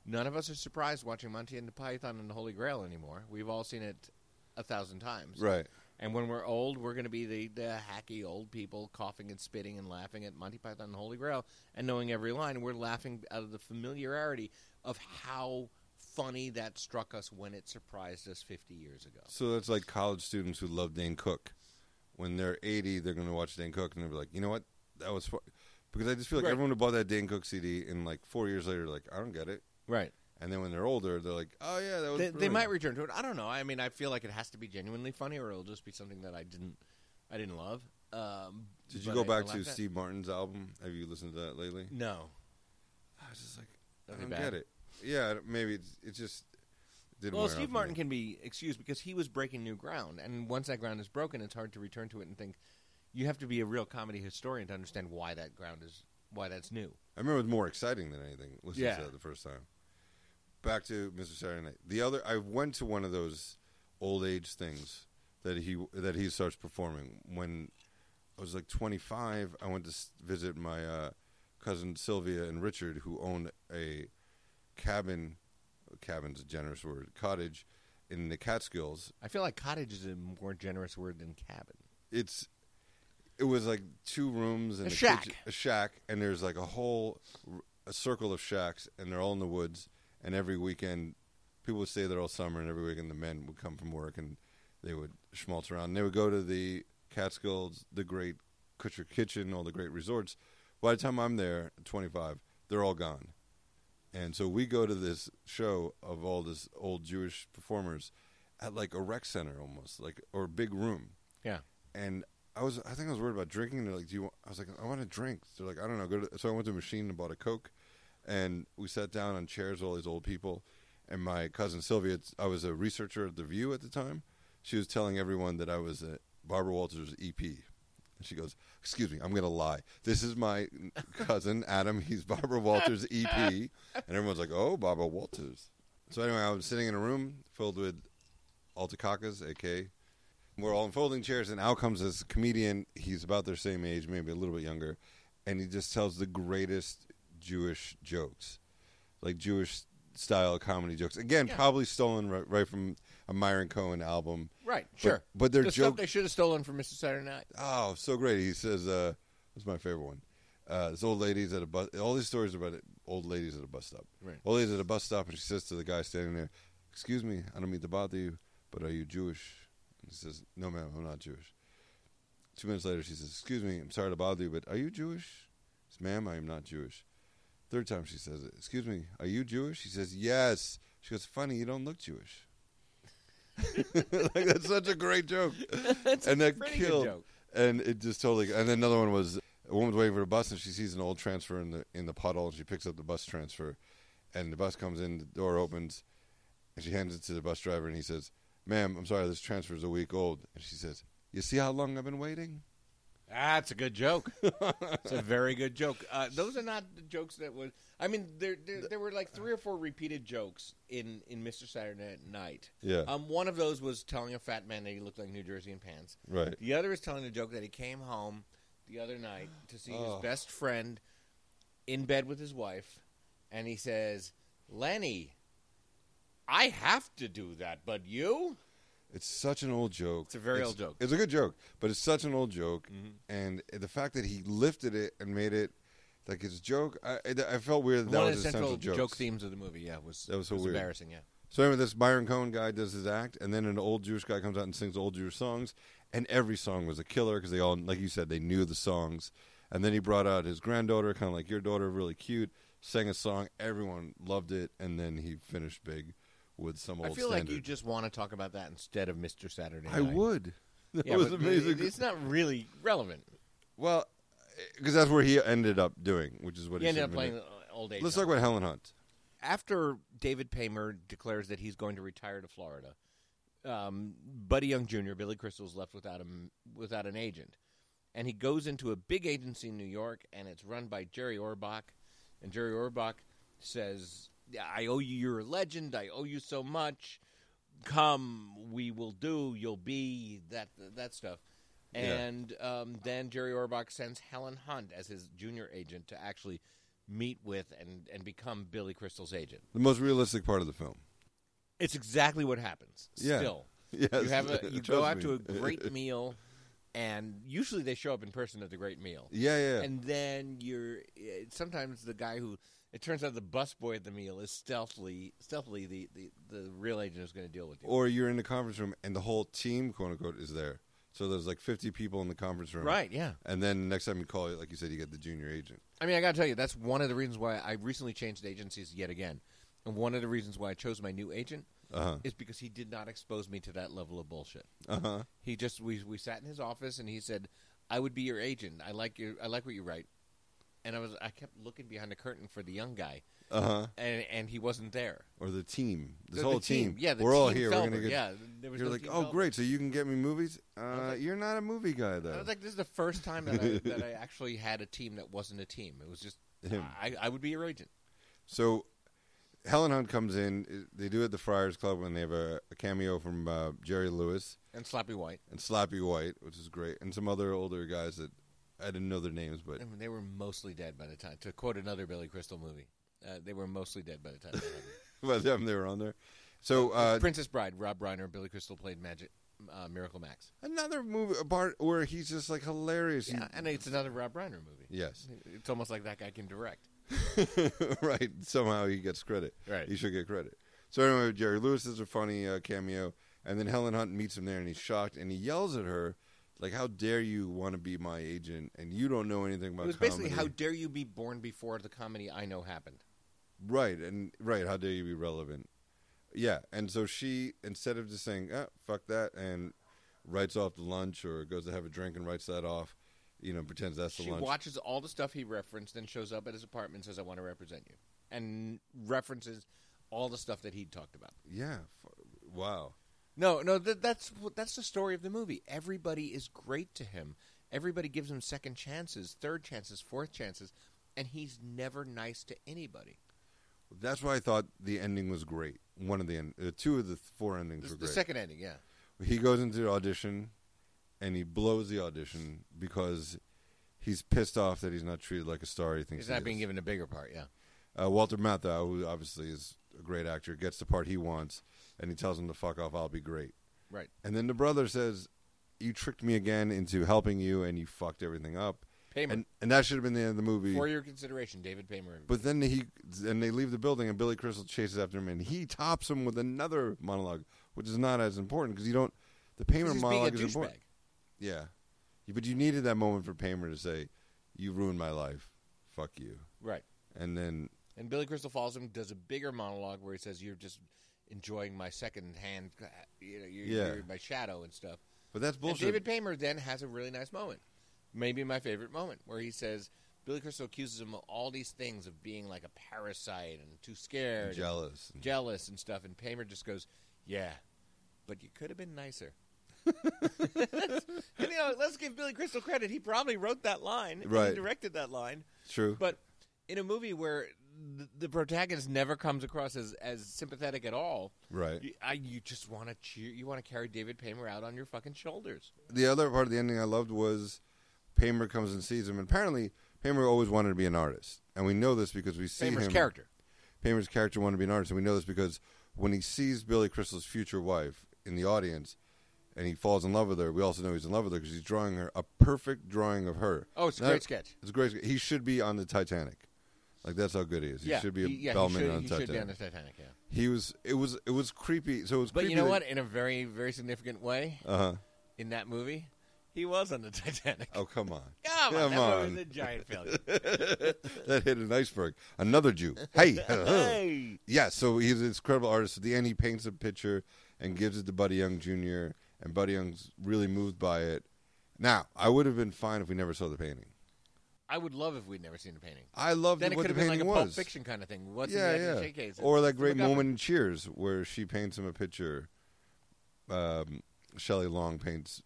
S2: None of us are surprised watching Monty and the Python and the Holy Grail anymore. We've all seen it a thousand times.
S1: Right.
S2: And when we're old, we're going to be the, the hacky old people coughing and spitting and laughing at Monty Python and the Holy Grail and knowing every line. We're laughing out of the familiarity of how funny that struck us when it surprised us 50 years ago.
S1: So that's like college students who love Dane Cook. When they're 80, they're going to watch Dane Cook and they'll be like, you know what? That was fu-. Because I just feel like
S2: Right.
S1: everyone who bought that Dane Cook CD and like four years later, like, I don't get it.
S2: Right.
S1: And then when they're older, they're like, oh yeah, that was.
S2: they, they
S1: brilliant."
S2: might return to it. I don't know. I mean, I feel like it has to be genuinely funny, or it'll just be something that I didn't, I didn't love. Um,
S1: Did you
S2: but
S1: go
S2: I- I
S1: back
S2: like
S1: to
S2: that.
S1: Steve Martin's album? Have you listened to that lately?
S2: No,
S1: I was just like, I
S2: That'd be
S1: don't
S2: bad.
S1: get it. Yeah, I- maybe it's, it just didn't.
S2: Well,
S1: wear out
S2: Steve
S1: for
S2: Martin
S1: me.
S2: can be excused because he was breaking new ground, and once that ground is broken, it's hard to return to it and think. You have to be a real comedy historian to understand why that ground is why that's new.
S1: I remember it was more exciting than anything. Listening
S2: Yeah.
S1: to that the first time. Back to Mr. Saturday Night. The other, I went to one of those old age things that he that he starts performing when I was like 25. I went to s- visit my uh, cousin Sylvia and Richard, who owned a cabin. Cabin's a generous word. Cottage in the Catskills.
S2: I feel like cottage is a more generous word than cabin.
S1: It's it was like two rooms and
S2: A shack.
S1: kitchen- a shack, and there's like a whole r- a circle of shacks, and they're all in the woods. And every weekend, people would stay there all summer, and every weekend the men would come from work and they would schmaltz around. And they would go to the Catskills, the great Kutcher Kitchen, all the great resorts. By the time I'm there, 25, they're all gone. And so we go to this show of all this old Jewish performers at like a rec center almost, like or a big room
S2: Yeah,
S1: and I was I think I was worried about drinking. They're like, "Do you?" Want, I was like, "I want a drink." They're like, "I don't know." Go to, so I went to a machine and bought a coke, and we sat down on chairs with all these old people. And my cousin Sylvia, I was a researcher at the View at the time. She was telling everyone that I was a Barbara Walters EP. And she goes, "Excuse me, I'm going to lie. This is my (laughs) cousin Adam. He's Barbara Walters EP." And everyone's like, "Oh, Barbara Walters." So anyway, I was sitting in a room filled with Altacacas, aka We're all in folding chairs, and out comes this comedian. He's about their same age, maybe a little bit younger, and he just tells the greatest Jewish jokes, like Jewish style comedy jokes. Again,
S2: Yeah.
S1: probably stolen right, right from a Myron Cohen album.
S2: Right,
S1: But-
S2: sure.
S1: but their
S2: the
S1: joke-
S2: stuff they should have stolen from Mr. Saturday Night.
S1: Oh, so great. He says, uh, "What's my favorite one?" Uh, this old lady's at a bus. All these stories are about it, old ladies at a bus stop.
S2: Right.
S1: Old lady's at a bus stop, and she says to the guy standing there, "Excuse me, I don't mean to bother you, but are you Jewish?" And he says, "No, ma'am, I'm not Jewish." Two minutes later, she says, "Excuse me, I'm sorry to bother you, but are you Jewish?" He says, "Ma'am, I am not Jewish." Third time she says it. Excuse me, are you Jewish? He says, "Yes." She goes, "Funny, you don't look Jewish." (laughs) like that's such a great
S2: (laughs)
S1: joke, and that
S2: pretty good
S1: killed
S2: joke.
S1: and it just totally. And then another one was a woman's waiting for a bus, and she sees an old transfer in the in the puddle, and she picks up the bus transfer, and the bus comes in, the door opens, and she hands it to the bus driver, and he says, "Ma'am, I'm sorry, this transfer is a week old." And she says, "You see how long I've been waiting?"
S2: That's a
S1: (laughs)
S2: good joke. it's a very good joke. Uh, those are not the jokes that was. I mean, there, there there were like three or four repeated jokes in in Mr. Saturday Night.
S1: Yeah,
S2: Um, one of those was telling a fat man that he looked like New Jersey in pants.
S1: right.
S2: The other is telling the joke that he came home the other night to see
S1: Oh.
S2: his best friend in bed with his wife, and he says, "Lenny, I have to do that, but you."
S1: It's such an old joke.
S2: It's a very old joke.
S1: It's a good joke, but it's such an old joke, and the fact that he lifted it and made it like his joke, I, I felt weird. That
S2: one
S1: was
S2: of the central
S1: jokes.
S2: joke themes of the movie, yeah, was
S1: That was so
S2: was
S1: weird.
S2: embarrassing, yeah.
S1: So anyway, this Byron Cohen guy does his act, and then an old Jewish guy comes out and sings old Jewish songs, and every song was a killer because they all, like you said, they knew the songs. And then he brought out his granddaughter, kind of like your daughter, really cute, sang a song. Everyone loved it, and then he finished big with some old.
S2: I feel
S1: standard.
S2: like you just want to talk about that instead of Mr. Saturday.
S1: I
S2: Night.
S1: would. (laughs) That
S2: Yeah,
S1: was
S2: but
S1: amazing.
S2: it- It's not really relevant.
S1: well, because that's where he ended up doing, which is what
S2: He
S1: he
S2: ended
S1: should
S2: up
S1: have been
S2: playing uh, old age.
S1: doing. Let's
S2: home.
S1: talk about Helen Hunt.
S2: after David Paymer declares that he's going to retire to Florida, um, Buddy Young Jr., Billy Crystal's left without him without an agent, and he goes into a big agency in New York, and it's run by Jerry Orbach, and Jerry Orbach says, "Yeah, "I owe you. You're a legend. I owe you so much. Come, we will do. You'll be that that stuff."
S1: Yeah.
S2: And um, then Jerry Orbach sends Helen Hunt as his junior agent to actually meet with and, and become Billy Crystal's agent.
S1: The most realistic part of the film. (laughs)
S2: It's exactly what happens.
S1: Yeah.
S2: Still,
S1: Yes,
S2: you have a
S1: (laughs)
S2: you go
S1: trust
S2: out
S1: me.
S2: to a great meal, and usually they show up in person at the great meal,
S1: yeah, yeah.
S2: and then you're eh, sometimes the guy who it turns out the busboy at the meal is stealthily stealthily the the, the real agent who's going to deal with you.
S1: or you're in the conference room and the whole team, quote unquote, is there. So there's like 50 people in the conference room.
S2: Right, yeah.
S1: And then next time you call, like you said, you get the junior agent.
S2: I mean, I got to tell you, that's one of the reasons why I recently changed agencies yet again. And one of the reasons why I chose my new agent
S1: Uh huh.
S2: is because he did not expose me to that level of bullshit.
S1: Uh huh.
S2: He just we we sat in his office and he said, "I would be your agent. I like your I like what you write." And I was I kept looking behind the curtain for the young guy,
S1: Uh huh.
S2: and and he wasn't there.
S1: Or the team. This
S2: The- the
S1: whole
S2: yeah, the
S1: We're all
S2: team
S1: here. We're
S2: fell
S1: going to
S2: for-
S1: get.
S2: Yeah, there was
S1: You're
S2: no
S1: like,
S2: team
S1: oh,
S2: fell for.
S1: great. So you can get me movies? Uh,
S2: like-
S1: you're not a movie guy,
S2: I
S1: though.
S2: was like, this is the first time
S1: (laughs)
S2: that I, that I actually had a team that wasn't a team. It was just
S1: Him.
S2: I, I would be your agent.
S1: so Helen Hunt comes in. They do it at the Friars Club when they have a, a cameo from uh, Jerry Lewis
S2: And Slappy White.
S1: and Slappy White, which is great, and some other older guys that I didn't know their names, but (laughs)
S2: I mean, they were mostly dead by the time. To quote another Billy Crystal movie, uh, they were mostly dead by the time.
S1: (laughs)
S2: that happened.
S1: by the time they were on there. So uh,
S2: Princess Bride, Rob Reiner, Billy Crystal played Magic uh, Miracle Max.
S1: Another movie a part where he's just like hilarious. He-
S2: Yeah, and it's another Rob Reiner movie.
S1: yes.
S2: It's almost like that guy can direct.
S1: (laughs) right. Somehow he gets credit.
S2: Right.
S1: He should get credit. So anyway, Jerry Lewis is a funny uh, cameo, and then Helen Hunt meets him there, and he's shocked, and he yells at her, like, "How dare you want to be my agent, and you don't know anything about
S2: It was
S1: comedy."
S2: basically how dare you be born before the comedy I know happened.
S1: right and right. How dare you be relevant? Yeah. And so she, instead of just saying, "Ah, fuck that," and writes off the lunch or goes to have a drink and writes that off, you know, pretends that's the
S2: She
S1: lunch.
S2: watches all the stuff he referenced, then shows up at his apartment and says, "I want to represent you," and references all the stuff that he'd talked about.
S1: yeah. F- wow.
S2: No, no, th- that's wh- that's the story of the movie. Everybody is great to him. Everybody gives him second chances, third chances, fourth chances, and he's never nice to anybody.
S1: That's why I thought the ending was great. One of the end, uh, two of the th- four endings
S2: The,
S1: were
S2: the
S1: great.
S2: second ending, yeah.
S1: He goes into the audition and he blows the audition because he's pissed off that he's not treated like a star. He thinks
S2: He's
S1: he
S2: not being
S1: is.
S2: given a bigger part. Yeah.
S1: Uh, Walter Matthau, who obviously is a great actor, gets the part he wants, and he tells him to fuck off. I'll be great.
S2: Right.
S1: And then the brother says, "You tricked me again into helping you, and you fucked everything up."
S2: Paymer.
S1: And and that should have been the end of the movie.
S2: For your consideration, David Paymer.
S1: But then he and they leave the building, and Billy Crystal chases after him, and he tops him with another monologue, which is not as important because you don't. The Paymer
S2: He's being a
S1: monologue is important.
S2: douchebag.
S1: Yeah, but you needed that moment for Paymer to say, "You ruined my life. Fuck you."
S2: Right.
S1: And then
S2: And Billy Crystal follows him, does a bigger monologue where he says, "You're just enjoying my second hand, you know, you're,
S1: Yeah.
S2: you're my shadow and stuff."
S1: But that's
S2: And
S1: bullshit.
S2: David Paymer then has a really nice moment, maybe my favorite moment, where he says, "Billy Crystal accuses him of all these things of being like a parasite and too scared, and
S1: jealous.
S2: jealous and stuff," and Paymer just goes, "Yeah, but you could have been nicer." (laughs) and you know, let's give Billy Crystal credit; he probably wrote that line, and
S1: Right.
S2: he directed that line.
S1: True.
S2: But in a movie where the, the protagonist never comes across as, as sympathetic at all,
S1: right.
S2: you, I, you just want to cheer. You want to carry David Paymer out on your fucking shoulders.
S1: The other part of the ending I loved was Paymer comes and sees him. And apparently, Paymer always wanted to be an artist, and we know this because we see
S2: Paymer's
S1: him.
S2: character,
S1: Paymer's character wanted to be an artist, and we know this because when he sees Billy Crystal's future wife in the audience, and he falls in love with her, we also know he's in love with her because he's drawing her a perfect drawing of her.
S2: Oh, it's a
S1: Not-
S2: great sketch.
S1: It's a great. sketch. He should be on the Titanic. Like that's how good he is. He
S2: yeah,
S1: should be a
S2: he, yeah,
S1: bellman
S2: he should,
S1: on
S2: he
S1: the Titanic.
S2: should be on the Titanic. Yeah,
S1: He was. It was. It was creepy. So it was.
S2: but
S1: creepy
S2: you know what? In a very, very significant way,
S1: Uh huh.
S2: in that movie, he was on the (laughs) Titanic.
S1: Oh come on. (laughs)
S2: Come on,
S1: Come
S2: that
S1: on.
S2: movie was a
S1: (laughs)
S2: giant failure.
S1: that hit an iceberg. Another Jew. Hey.
S2: (laughs)
S1: (laughs)
S2: hey,
S1: yeah, so he's an incredible artist. At the end, he paints a picture and gives it to Buddy Young Jr., and Buddy Young's really moved by it. Now, I would have been fine if we never saw the painting.
S2: I would love if we'd never seen the painting.
S1: I loved
S2: Then it
S1: what
S2: could
S1: the
S2: have been like
S1: painting
S2: a Pulp
S1: was.
S2: Fiction kind of thing. What's in the
S1: yeah,
S2: Jack
S1: yeah.
S2: and Jake case?
S1: Or that
S2: Let's
S1: great
S2: look up
S1: moment in Cheers where she paints him a picture. Um, Shelley Long paints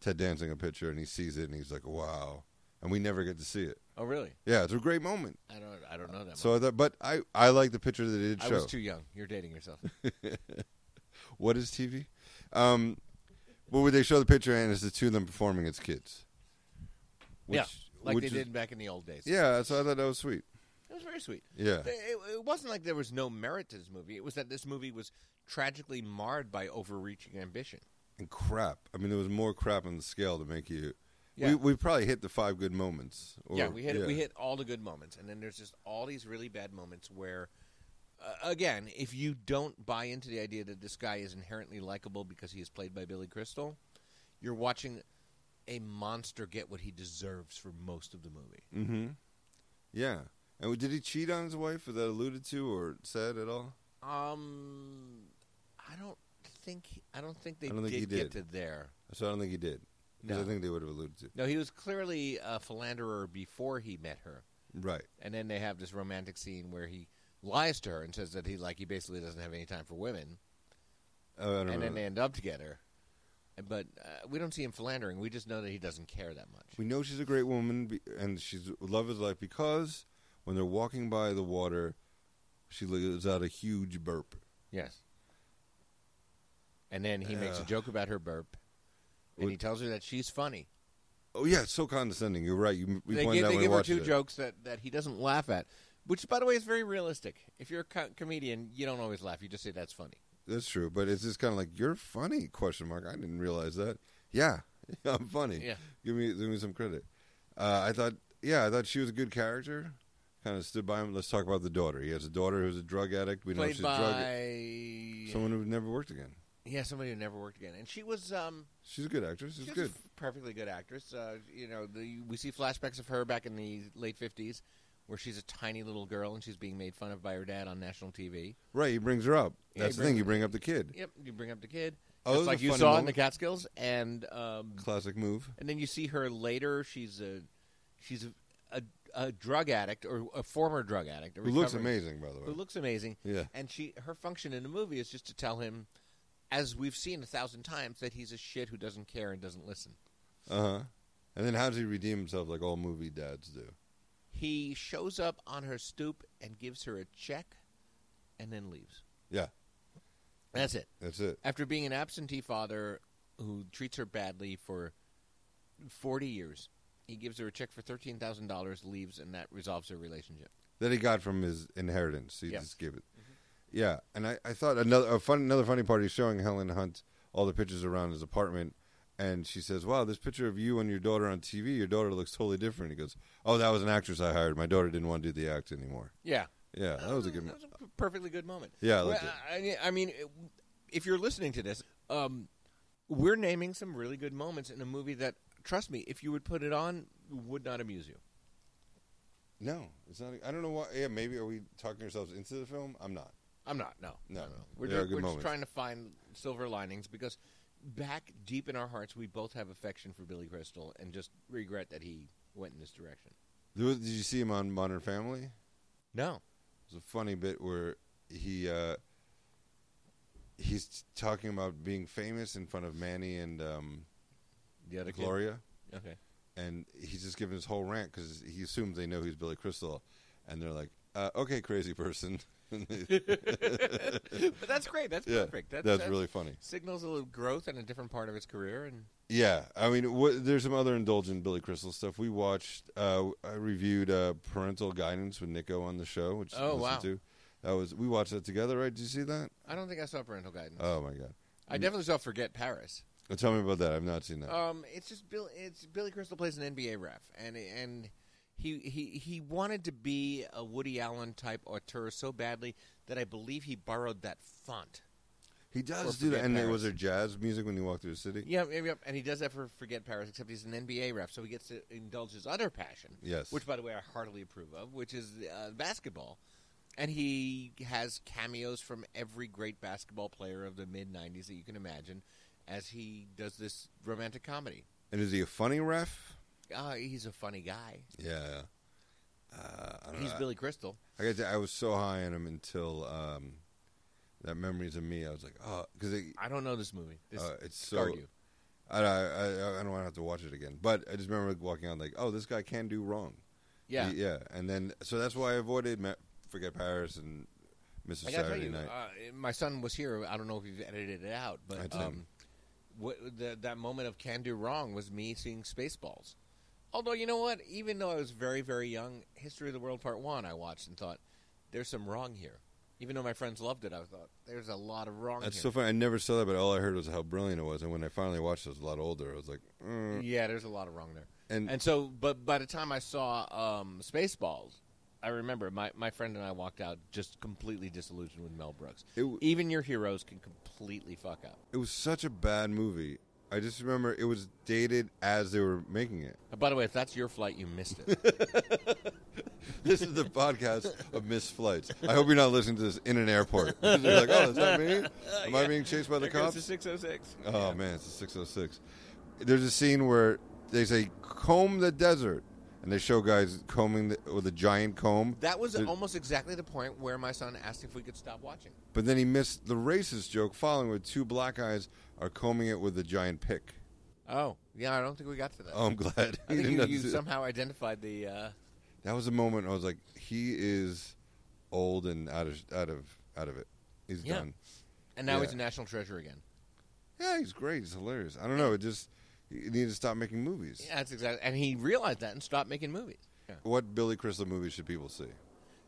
S1: Ted Dancing a picture, and he sees it, and he's like, "Wow!" And we never get to see it.
S2: Oh, really?
S1: Yeah, it's a great moment.
S2: I don't. I don't know that.
S1: So I thought, but I I like the picture that it did
S2: I
S1: show.
S2: was too young. You're dating yourself.
S1: what is TV? Um, what would they show the picture and it's the two of them performing as kids?
S2: yeah,
S1: (laughs)
S2: like
S1: which
S2: they
S1: is-
S2: did back in the old days.
S1: Yeah, so I thought that was sweet.
S2: it was very sweet.
S1: Yeah,
S2: It, it- it wasn't like there was no merit to this movie. It was that this movie was tragically marred by overreaching ambition.
S1: and crap. I mean, there was more crap on the scale to make you.
S2: Yeah.
S1: We we probably hit the five good moments. Or,
S2: yeah, we hit we hit all the good moments, and then there's just all these really bad moments where, uh, again, if you don't buy into the idea that this guy is inherently likable because he is played by Billy Crystal, you're watching a monster get what he deserves for most of the movie.
S1: Mm-hmm. Yeah, and did he cheat on his wife? Was that alluded to or said at all?
S2: Um, I don't think I don't think they
S1: I don't think
S2: did,
S1: he
S2: get to
S1: did.
S2: there.
S1: So I don't think he did. 'Cause
S2: No.
S1: I think they would have alluded to.
S2: No, he was clearly a philanderer before he met her,
S1: Right.
S2: and then they have this romantic scene where he lies to her and says that he like he basically doesn't have any time for women,
S1: Oh, I don't
S2: and
S1: know.
S2: then they end up together. But uh, we don't see him philandering. We just know that he doesn't care that much.
S1: We know she's a great woman, be- and she's love is life because when they're walking by the water, she lives out a huge burp.
S2: Yes. And then he makes a
S1: Ugh.
S2: joke about her burp, and
S1: Would-
S2: he tells her that she's funny.
S1: Oh yeah, it's so condescending. You're right. You, we
S2: they
S1: pointed
S2: give,
S1: out
S2: they
S1: when we
S2: give her
S1: watched
S2: two
S1: it.
S2: jokes that, that he doesn't laugh at, which, by the way, is very realistic. If you're a co- comedian, you don't always laugh. You just say that's funny.
S1: That's true, but it's just kind of like you're funny? Question mark. I didn't realize that. Yeah, (laughs) I'm funny.
S2: Yeah.
S1: give me give me some credit. Uh, I thought, yeah, I thought she was a good character. Kind of stood by him. Let's talk about the daughter. He has a daughter who's a drug addict. We know
S2: Played
S1: she's
S2: by
S1: a drug someone who never worked again.
S2: yeah somebody who never worked again, and she was um
S1: She's a good actress. She's
S2: she was
S1: good.
S2: a f- perfectly good actress. Uh, you know, the, we see flashbacks of her back in the late fifties, where she's a tiny little girl and she's being made fun of by her dad on national TV.
S1: Right, he brings her up.
S2: Yeah, he
S1: That's the
S2: brings
S1: thing.
S2: her
S1: You
S2: up.
S1: bring up the kid.
S2: Yep, you bring up the kid,
S1: Oh,
S2: just
S1: this
S2: like
S1: is a
S2: you
S1: funny
S2: saw in
S1: moment.
S2: the Catskills, and um,
S1: Classic move.
S2: and then you see her later. She's a she's a, a, a drug addict or a former drug addict. a
S1: Who looks
S2: recovering-
S1: amazing, by the way.
S2: Who looks amazing?
S1: Yeah.
S2: And she her function in the movie is just to tell him, as we've seen a thousand times, that he's a shit who doesn't care and doesn't listen.
S1: uh huh. And then how does he redeem himself like all movie dads do?
S2: He shows up on her stoop and gives her a check, and then leaves.
S1: Yeah,
S2: That's it.
S1: that's it.
S2: After being an absentee father who treats her badly for forty years. He gives her a check for thirteen thousand dollars, leaves, and that resolves her relationship.
S1: that he got from his inheritance. He
S2: Yeah. Mm-hmm.
S1: just gave it. Yeah, and I, I thought another a fun another funny part is showing Helen Hunt all the pictures around his apartment, and she says, "Wow, this picture of you and your daughter on TV. Your daughter looks totally different." He goes, "Oh, that was an actress I hired. My daughter didn't want to do the act anymore."
S2: Yeah,
S1: Yeah, that was a good.
S2: That was a perfectly good moment.
S1: Yeah, I
S2: well,
S1: liked
S2: I, I mean, it- if you're listening to this, um, we're naming some really good moments in a movie that, trust me, if you would put it on, would not amuse you.
S1: No, it's not. I don't know why. Yeah, maybe are we talking ourselves into the film? I'm not.
S2: I'm not. No,
S1: No,
S2: We're,
S1: there are
S2: just,
S1: good
S2: we're just
S1: moments.
S2: trying to find silver linings because back deep in our hearts, we both have affection for Billy Crystal and just regret that he went in this direction.
S1: There was- Did you see him on Modern Family?
S2: No.
S1: There's a funny bit where he uh, he's talking about being famous in front of Manny and um,
S2: The other kid?
S1: Gloria.
S2: Okay. (laughs)
S1: and he's just giving his whole rant because he assumes they know he's Billy Crystal, and they're like, uh, "Okay, crazy person." (laughs) yeah,
S2: But that's great. That's perfect.
S1: That's,
S2: That, that
S1: really funny.
S2: signals a little growth in a different part of his career. And
S1: Yeah, I mean, what, there's some other indulgent Billy Crystal stuff. We watched, uh, I reviewed uh, "Parental Guidance" with Nico on the show, which
S2: Oh,
S1: I
S2: wow.
S1: listened to. That was we watched that together, right? Did you see that?
S2: I don't think I saw parental guidance.
S1: Oh my god!
S2: I definitely saw Forget Paris.
S1: Well, tell me about that. I've not seen that.
S2: Um, it's just Bill. It's Billy Crystal plays an NBA ref, and and he he he wanted to be a Woody Allen type auteur so badly that I believe he borrowed that font.
S1: he does
S2: or
S1: do that,
S2: Forget
S1: and there
S2: Paris.
S1: was there jazz music when you walk through the city?
S2: Yeah, yep, yep, and he does that for Forget Paris, except he's an NBA ref, so he gets to indulge his other passion,
S1: Yes.
S2: which by the way I heartily approve of, which is uh, basketball. And he has cameos from every great basketball player of the mid '90s that you can imagine, as he does this romantic comedy.
S1: And is he a funny ref?
S2: Uh, he's a funny guy.
S1: Yeah. Uh, I don't
S2: He's
S1: know.
S2: Billy Crystal.
S1: I got to, I was so high on him until um, that memories of me. I was like, oh, because it,
S2: I don't know this movie. This
S1: uh, it's so.
S2: scarred you.
S1: I, I I I don't want to have to watch it again. But I just remember walking out like, oh, this guy can do wrong.
S2: Yeah.
S1: He- yeah. And then so that's why I avoided Ma- Forget Paris and Mrs.
S2: I gotta
S1: Saturday
S2: tell you,
S1: Night.
S2: uh, my son was here. I don't know if you've edited it out,
S1: I
S2: but
S1: did.
S2: um, what, the, that moment of can do wrong was me seeing Spaceballs. Although you know what, even though I was very very young, History of the World Part One, I watched and thought, "There's some wrong here." Even though my friends loved it, I thought there's a lot of wrong
S1: that's so
S2: here.
S1: funny. I never saw that, but all I heard was how brilliant it was. And when I finally watched it, I was a lot older. I was like, mm.
S2: yeah, there's a lot of wrong there.
S1: and,
S2: And so, but by the time I saw um, Spaceballs, I remember my, my friend and I walked out just completely disillusioned with Mel Brooks.
S1: It w-
S2: Even your heroes can completely fuck up.
S1: it was such a bad movie. I just remember it was dated as they were making it. (laughs)
S2: Uh, by the way, if that's your flight, you missed it.
S1: This is the podcast of missed flights. I hope you're not listening to this in an airport. You're like, oh, is that (laughs) me? Am I being chased (laughs) by the cops?
S2: six oh six.
S1: Oh man, it's a 606. There's a scene where they say comb the desert, and they show guys combing the, with a giant comb.
S2: That was
S1: There-
S2: almost exactly the point where my son asked if we could stop watching.
S1: But then he missed the racist joke following with two black guys are combing it with a giant pick.
S2: Oh, yeah, I don't think we got to that.
S1: Oh, I'm (laughs) glad.
S2: I think
S1: didn't
S2: you,
S1: have to
S2: you
S1: do that.
S2: somehow identified the. Uh,
S1: That was a moment I was like, he is old and out of out of out of it. He's
S2: Yeah.
S1: done.
S2: and now
S1: Yeah.
S2: he's a national treasure again.
S1: Yeah, he's great. He's hilarious. I don't know. It just you need to stop making movies.
S2: Yeah, that's exactly. And he realized that and stopped making movies. Yeah.
S1: What Billy Crystal movies should people see?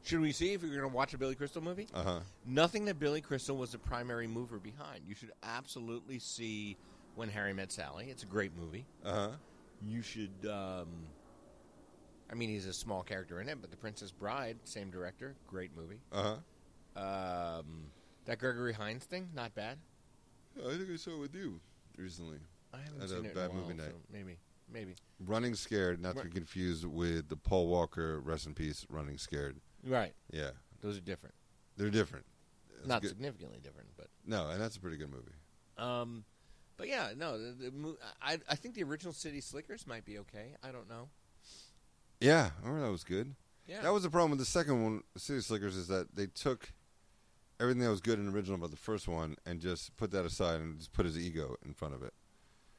S2: Should we see if you're going to watch a Billy Crystal movie?
S1: Uh huh.
S2: Nothing that Billy Crystal was the primary mover behind. You should absolutely see When Harry Met Sally. It's a great movie.
S1: Uh huh.
S2: You should. Um, I mean, he's a small character in it, but The Princess Bride, same director, great movie.
S1: Uh huh.
S2: Um, that Gregory Hines thing, not bad.
S1: I think I saw it with you recently.
S2: I haven't
S1: That's
S2: seen
S1: a
S2: it
S1: bad
S2: in a while,
S1: movie night.
S2: so maybe, maybe.
S1: Running Scared, not to be confused with the Paul Walker rest in peace. Running Scared.
S2: Right,
S1: Yeah,
S2: those are different.
S1: they're different. That's
S2: not
S1: good-
S2: significantly different, but.
S1: No, and that's a pretty good movie.
S2: Um, but yeah, no. The, the, mo- I I think the original City Slickers might be okay. I don't know.
S1: Yeah, I remember that was good.
S2: Yeah,
S1: That was the problem with the second one, City Slickers, is that they took everything that was good and original about the first one and just put that aside and just put his ego in front of it.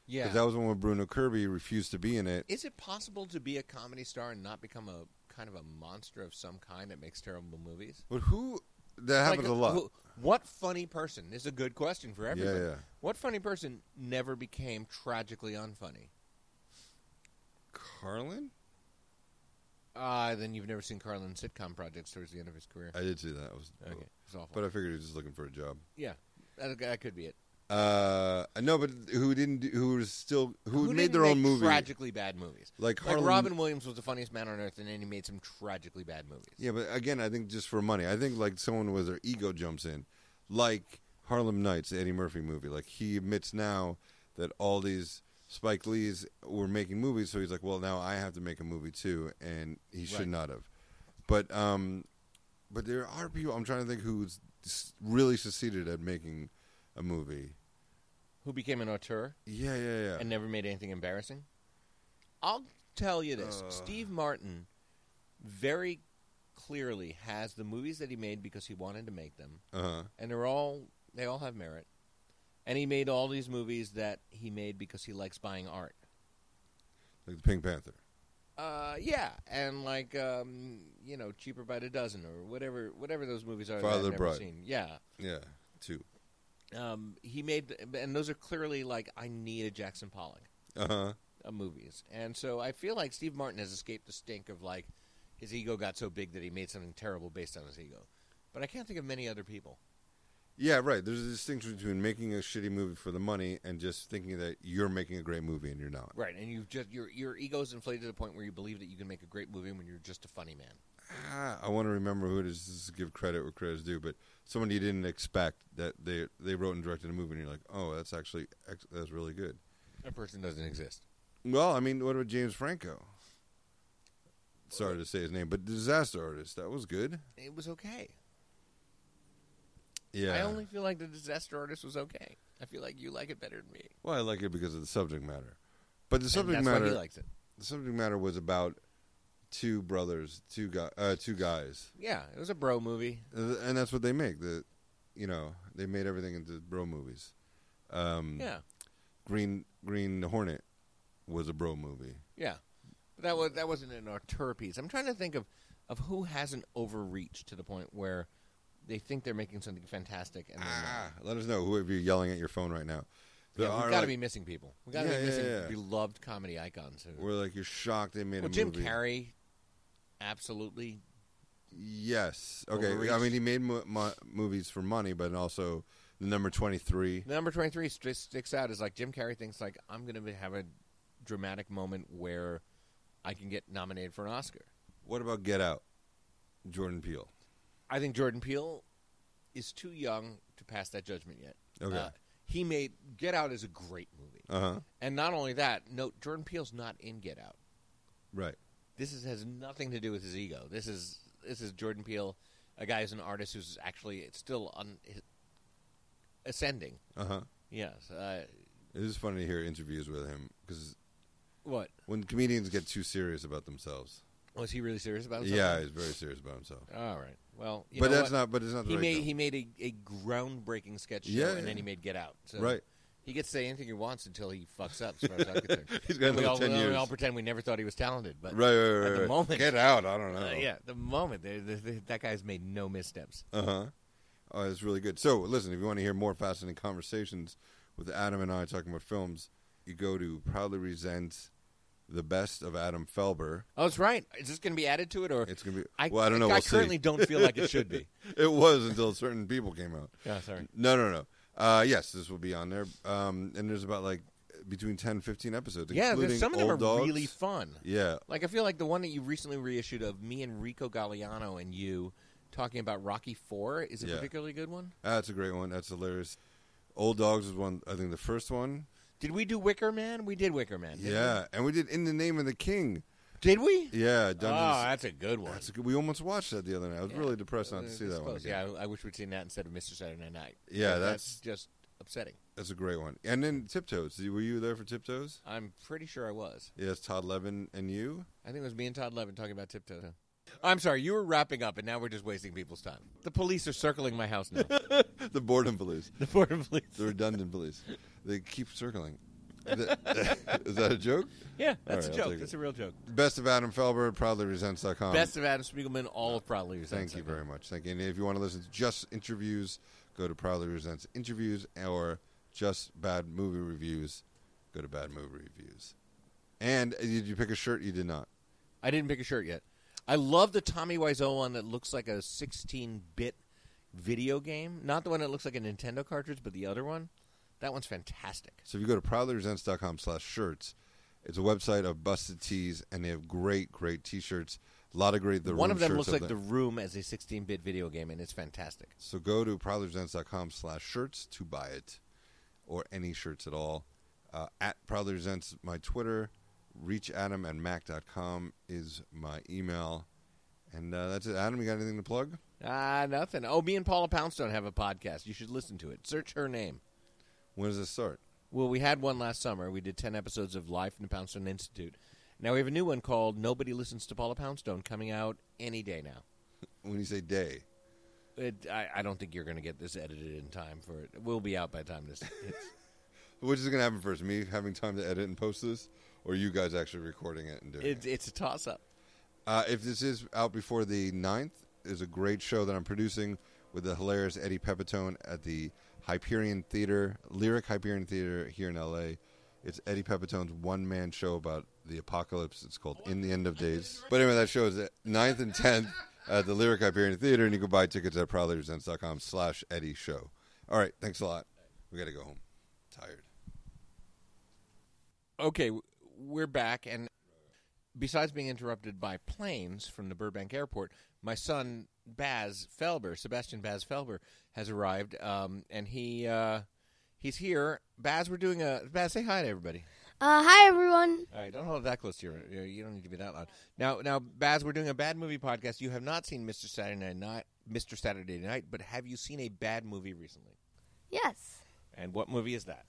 S2: yeah.
S1: 'Cause that was when Bruno Kirby refused to be in it.
S2: Is it possible to be a comedy star and not become a kind of a monster of some kind that makes terrible movies?
S1: But who That happens
S2: Like, uh,
S1: a lot.
S2: who- What funny person? This is a good question for everybody.
S1: yeah.
S2: What funny person never became tragically unfunny?
S1: Carlin?
S2: Uh, then you've never seen Carlin's sitcom projects towards the end of his career.
S1: I did see that. It was,
S2: okay, it's awful.
S1: But uh, I figured he was just looking for a job.
S2: yeah, that, that could be it.
S1: Uh, no, but who didn't? do- Who was still? Who,
S2: Who
S1: made
S2: didn't
S1: their own
S2: make
S1: movie?
S2: Tragically bad movies.
S1: Like
S2: Like
S1: Harlan.
S2: Robin Williams was the funniest man on earth, and then he made some tragically bad movies.
S1: Yeah, but again, I think just for money. I think like someone with their ego jumps in, like Harlem Nights, the Eddie Murphy movie. Like he admits now that all these Spike Lees were making movies, so he's like, well, now I have to make a movie too, and he
S2: Right.
S1: should not have. But um, but there are people. I'm trying to think who's s- really succeeded at making a movie.
S2: Who became an auteur
S1: Yeah, yeah, yeah.
S2: and never made anything embarrassing? I'll tell you this:
S1: Uh.
S2: Steve Martin very clearly has the movies that he made because he wanted to make them,
S1: uh-huh.
S2: and they're all they all have merit. And he made all these movies that he made because he likes buying art.
S1: Like the Pink Panther.
S2: Uh, yeah, and like um, you know, cheaper by the dozen or whatever, whatever those movies are. that
S1: Father
S2: I've
S1: of the
S2: never
S1: Bride.
S2: seen. Yeah,
S1: Yeah, two.
S2: um, he made, and those are clearly like I need a Jackson Pollock
S1: Uh huh.
S2: uh, movies, and so I feel like Steve Martin has escaped the stink of like his ego got so big that he made something terrible based on his ego. But I can't think of many other people.
S1: Yeah, right. There's a distinction between making a shitty movie for the money and just thinking that you're making a great movie and you're not.
S2: Right, and you've just your your ego's inflated to the point where you believe that you can make a great movie when you're just a funny man.
S1: Ah, I want to remember who it is. Just give credit where credit's due, but someone you didn't expect that they they wrote and directed a movie, and you're like, oh, that's actually ex- that's really good.
S2: That person doesn't exist.
S1: Well, I mean, what about James Franco? Sorry to say his name, but Disaster Artist that was good.
S2: It was okay.
S1: Yeah,
S2: I only feel like the disaster artist was okay. I feel like you like it better than me.
S1: well, I like it because of the subject matter, but the
S2: and
S1: subject
S2: that's
S1: matter
S2: why he likes it.
S1: the subject matter was about two brothers, two guy, uh, two guys,
S2: Yeah, it was a bro movie.
S1: Uh, and that's what they make. The, you know, they made everything into bro movies. Um,
S2: Yeah,
S1: Green Green Hornet was a bro movie.
S2: yeah. But that was that wasn't an auteur piece. I'm trying to think of of who hasn't overreached to the point where they think they're making something fantastic and they're
S1: Ah,
S2: not.
S1: let us know whoever you're yelling at your phone right now. There
S2: Yeah,
S1: are,
S2: we've got to
S1: like-
S2: be missing people. We've got to
S1: Yeah,
S2: be
S1: yeah,
S2: missing
S1: yeah.
S2: beloved comedy icons. Who,
S1: We're like you're shocked they made
S2: well,
S1: a
S2: Jim
S1: movie.
S2: Carrey, absolutely.
S1: Yes. Okay. I
S2: Overreached.
S1: mean, he made mo- mo- movies for money, but also the number twenty three.
S2: The number 23 st- sticks out is like Jim Carrey thinks like I'm going to have a dramatic moment where I can get nominated for an Oscar.
S1: What about Get Out? Jordan Peele.
S2: I think Jordan Peele is too young to pass that judgment yet.
S1: Okay.
S2: Uh, he made Get Out is a great movie.
S1: Uh huh.
S2: And not only that, note Jordan Peele's not in Get Out.
S1: Right.
S2: This is, has nothing to do with his ego. This is this is Jordan Peele, a guy who's an artist who's actually still on ascending.
S1: Uh huh.
S2: Yes. Uh,
S1: It is funny to hear interviews with him because
S2: what
S1: when comedians get too serious about themselves,
S2: was he really serious about?
S1: yeah,
S2: something?
S1: he's very serious about himself.
S2: All right. Well, you
S1: but
S2: know
S1: that's
S2: what?
S1: not. But it's not. The
S2: He
S1: right
S2: made
S1: film.
S2: he made a, a groundbreaking sketch show,
S1: Yeah,
S2: and
S1: yeah.
S2: then he made Get Out. So
S1: Right.
S2: He gets to say anything he wants until he fucks up. As far as I'm concerned.
S1: (laughs) He's got
S2: And we
S1: another
S2: all,
S1: 10
S2: we all- we
S1: years.
S2: all pretend we never thought he was talented, but
S1: right, right, right,
S2: at the
S1: right.
S2: moment-
S1: Get out. I don't know.
S2: uh, yeah, the moment they, they, they- that guy's made no missteps.
S1: Uh huh. Oh, that's really good. So, listen, if you want to hear more fascinating conversations with Adam and I talking about films, you go to Proudly Resent the Best of Adam Felber.
S2: Oh, that's right. Is this going to be added to it, or
S1: It's going to be.
S2: I,
S1: well, I don't know.
S2: I
S1: we'll
S2: currently
S1: see.
S2: don't feel like it should
S1: (laughs)
S2: be.
S1: It was until certain people came out.
S2: Yeah, sorry.
S1: No, no, no. Uh, yes, this will be on there. Um, and there's about like between 10 15 episodes.
S2: Yeah,
S1: including
S2: there's, some of them
S1: Old
S2: are
S1: Dogs.
S2: really fun.
S1: Yeah.
S2: Like I feel like the one that you recently reissued of me and Rico Galliano and you talking about Rocky Four is a
S1: Yeah.
S2: particularly good one.
S1: That's a great one. That's hilarious. Old Dogs was one, I think the first one.
S2: Did we do Wicker Man? We did Wicker Man. didn't
S1: Yeah. And we did In the Name of the King.
S2: we? Did we?
S1: Yeah, Dungeons.
S2: Oh, that's a good one.
S1: That's a good, we almost watched that the other night. I was
S2: Yeah.
S1: really depressed not
S2: Uh,
S1: to see
S2: it's
S1: that one.
S2: close.
S1: Again.
S2: Yeah, I, I wish we'd seen that instead of Mr. Saturday Night.
S1: Yeah, that's-
S2: that's just upsetting.
S1: that's a great one. And then Tiptoes. Were you there for Tiptoes?
S2: I'm pretty sure I was.
S1: Yes, Todd Levin and you. (laughs)
S2: I think it was me and Todd Levin talking about tiptoe. I'm sorry, you were wrapping up, and now we're just wasting people's time. The police are circling my house now.
S1: (laughs) The boredom police,
S2: the board of police.
S1: the (laughs) redundant police. They keep circling. Is that- is that a joke?
S2: Yeah,
S1: right,
S2: that's a
S1: I'll
S2: joke.
S1: take
S2: That's
S1: it.
S2: a real joke.
S1: Best of Adam Felber, proudlyresents.com.
S2: Best of Adam Spiegelman, all of Proudly Resents.
S1: Thank you very much. Thank you. And if you want to listen to just interviews, go to Proudly Resents Interviews or just bad movie reviews, go to bad movie reviews. And uh, did you pick a shirt? You did not.
S2: I didn't pick a shirt yet. I love the Tommy Wiseau one that looks like a 16-bit video game. Not the one that looks like a Nintendo cartridge, but the other one. That one's fantastic.
S1: So if you go to proudlyresents.com slash shirts, it's a website of busted tees, and they have great, great T-shirts. A lot of great. The
S2: one
S1: Room
S2: of them
S1: shirts
S2: looks like the
S1: them.
S2: room as a 16-bit video game, and it's fantastic.
S1: So go to proudlyresents.com slash shirts to buy it, or any shirts at all. Uh, at Proudly Resents, my Twitter. Reach Adam at Mac.com is my email. And uh, that's it. Adam, you got anything to plug?
S2: Ah, nothing. Oh, me and Paula Poundstone have a podcast. You should listen to it. Search her name.
S1: When does this start?
S2: Well, we had one last summer. We did 10 episodes of Live from the Poundstone Institute. Now we have a new one called Nobody Listens to Paula Poundstone coming out any day now.
S1: When you say day.
S2: It, I, I don't think you're going to get this edited in time for it. We'll be out by the time this hits.
S1: Which is going to happen first? Me having time to edit and post this? Or you guys actually recording it and doing it?
S2: it's, it's a toss up.
S1: Uh, if this is out before the 9th, is a great show that I'm producing with the hilarious Eddie Pepitone at the Hyperion Theater, Lyric Hyperion Theater here in LA. It's Eddie Pepitone's one man show about the apocalypse. It's called In the End of Days. But anyway, that show is at 9th and 10th at the Lyric Hyperion Theater, and you can buy tickets at proudlyresents.com slash Eddie Show. All right, thanks a lot. We got to go home. Tired.
S2: Okay, w- we're back. And besides being interrupted by planes from the Burbank airport, my son, Baz Felber, Sebastian Baz Felber, has arrived. Um, and he uh, he's here. Baz, we're doing a. Baz, say hi to everybody.
S3: Uh, hi everyone.
S2: All right, don't hold it that close to your. you- You don't need to be that loud. Now, now, Baz, we're doing a bad movie podcast. You have not seen Mr. Saturday Night, Mr. Saturday Night, but have you seen a bad movie recently?
S3: Yes.
S2: And what movie is that?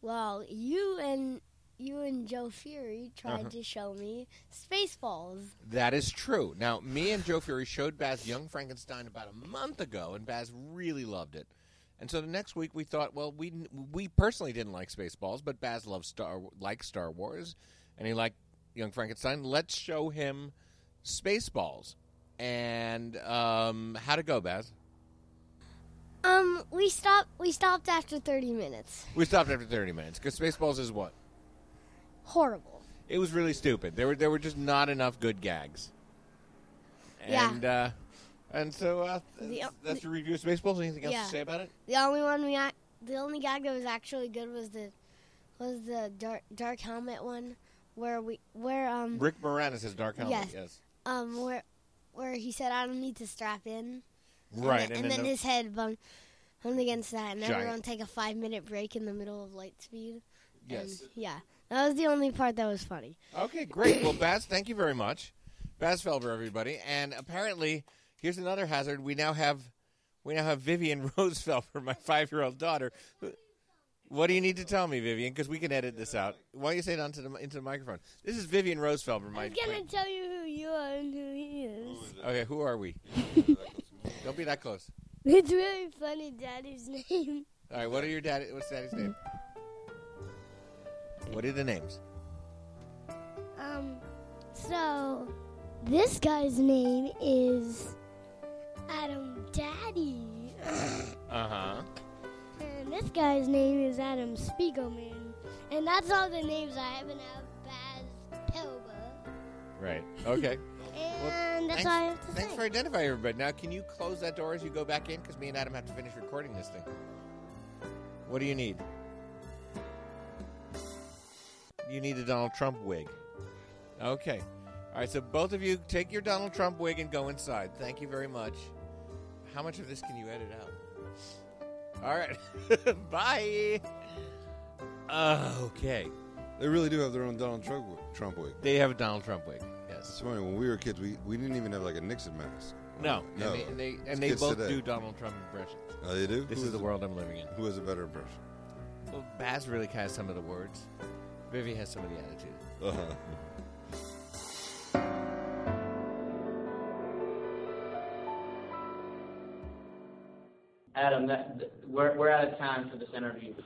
S3: Well, you and you and Joe Fury tried
S2: Uh-huh.
S3: to show me Spaceballs.
S2: That is true. Now, me and Joe Fury showed Baz Young Frankenstein about a month ago, and Baz really loved it. And so the next week we thought, well, we we personally didn't like Spaceballs, but Baz loves Star like Star Wars, and he liked Young Frankenstein. Let's show him Spaceballs. And um, how to go, Baz?
S3: Um, we stopped. We stopped after thirty minutes.
S2: We stopped after 30 minutes because Spaceballs is what?
S3: Horrible.
S2: It was really stupid. There were there were just not enough good gags.
S3: Yeah.
S2: And uh, and so uh,
S3: The-
S2: that's, that's your review of Spaceballs. Anything else
S3: Yeah.
S2: to say about it?
S3: The only one we ac the only gag that was actually good was the was the dark dark helmet one where we where um
S2: Rick Moranis is Dark Helmet. Yes.
S3: Yes. um where where he said I don't need to strap in.
S2: Right.
S3: And, then- and then
S2: the-
S3: his head bumped, bumped against that, and
S2: Giant.
S3: everyone take a five minute break in the middle of light speed.
S2: (coughs) yes.
S3: And, yeah. That was the only part that was funny.
S2: Okay, great. Well, Baz, thank you very much, Baz Felber, everybody. And apparently, here's another hazard: we now have, we now have Vivian (laughs) Rose Felber, my five-year-old daughter. who- What do you need to tell me, Vivian? Because we can edit this out. Why don't you say it onto the into the microphone? This is Vivian Rose Felber, my.
S3: I'm gonna tell you who you are and who he is.
S2: Okay, who are (laughs) we? Don't be that close.
S3: It's really funny, Daddy's (laughs) name.
S2: All right, what are your daddy? What's daddy's name? What are the names?
S3: Um, so this guy's name is Adam Daddy, (laughs)
S2: Uh huh.
S3: and this guy's name is Adam Spiegelman, and that's all the names I have. And I have Baz Pelba,
S2: Right. Okay.
S3: and that's all I have to
S2: Thanks
S3: say.
S2: for identifying everybody. Now, can you close that door as you go back in? Because me and Adam have to finish recording this thing. What do you need? You need a Donald Trump wig. Okay. All right, so both of you take your Donald Trump wig and go inside. Thank you very much. How much of this can you edit out? All right. (laughs) Bye. okay.
S1: They really do have their own Donald Trump Trump wig.
S2: They have a Donald Trump wig. Yes.
S1: It's funny. When we were kids, we, we didn't even have like a Nixon mask.
S2: No.
S1: No.
S2: And they and they,
S1: It's
S2: and they
S1: kids
S2: both
S1: today.
S2: do Donald Trump impressions.
S1: Oh, they do.
S2: This
S1: Who
S2: is the
S1: it?
S2: world I'm living in.
S1: Who has a better impression?
S2: Well, Baz really has some of the words. Vivi has some of the attitude. (laughs)
S1: Uh-huh.
S4: Adam, that, th- we're, we're out of time for this interview.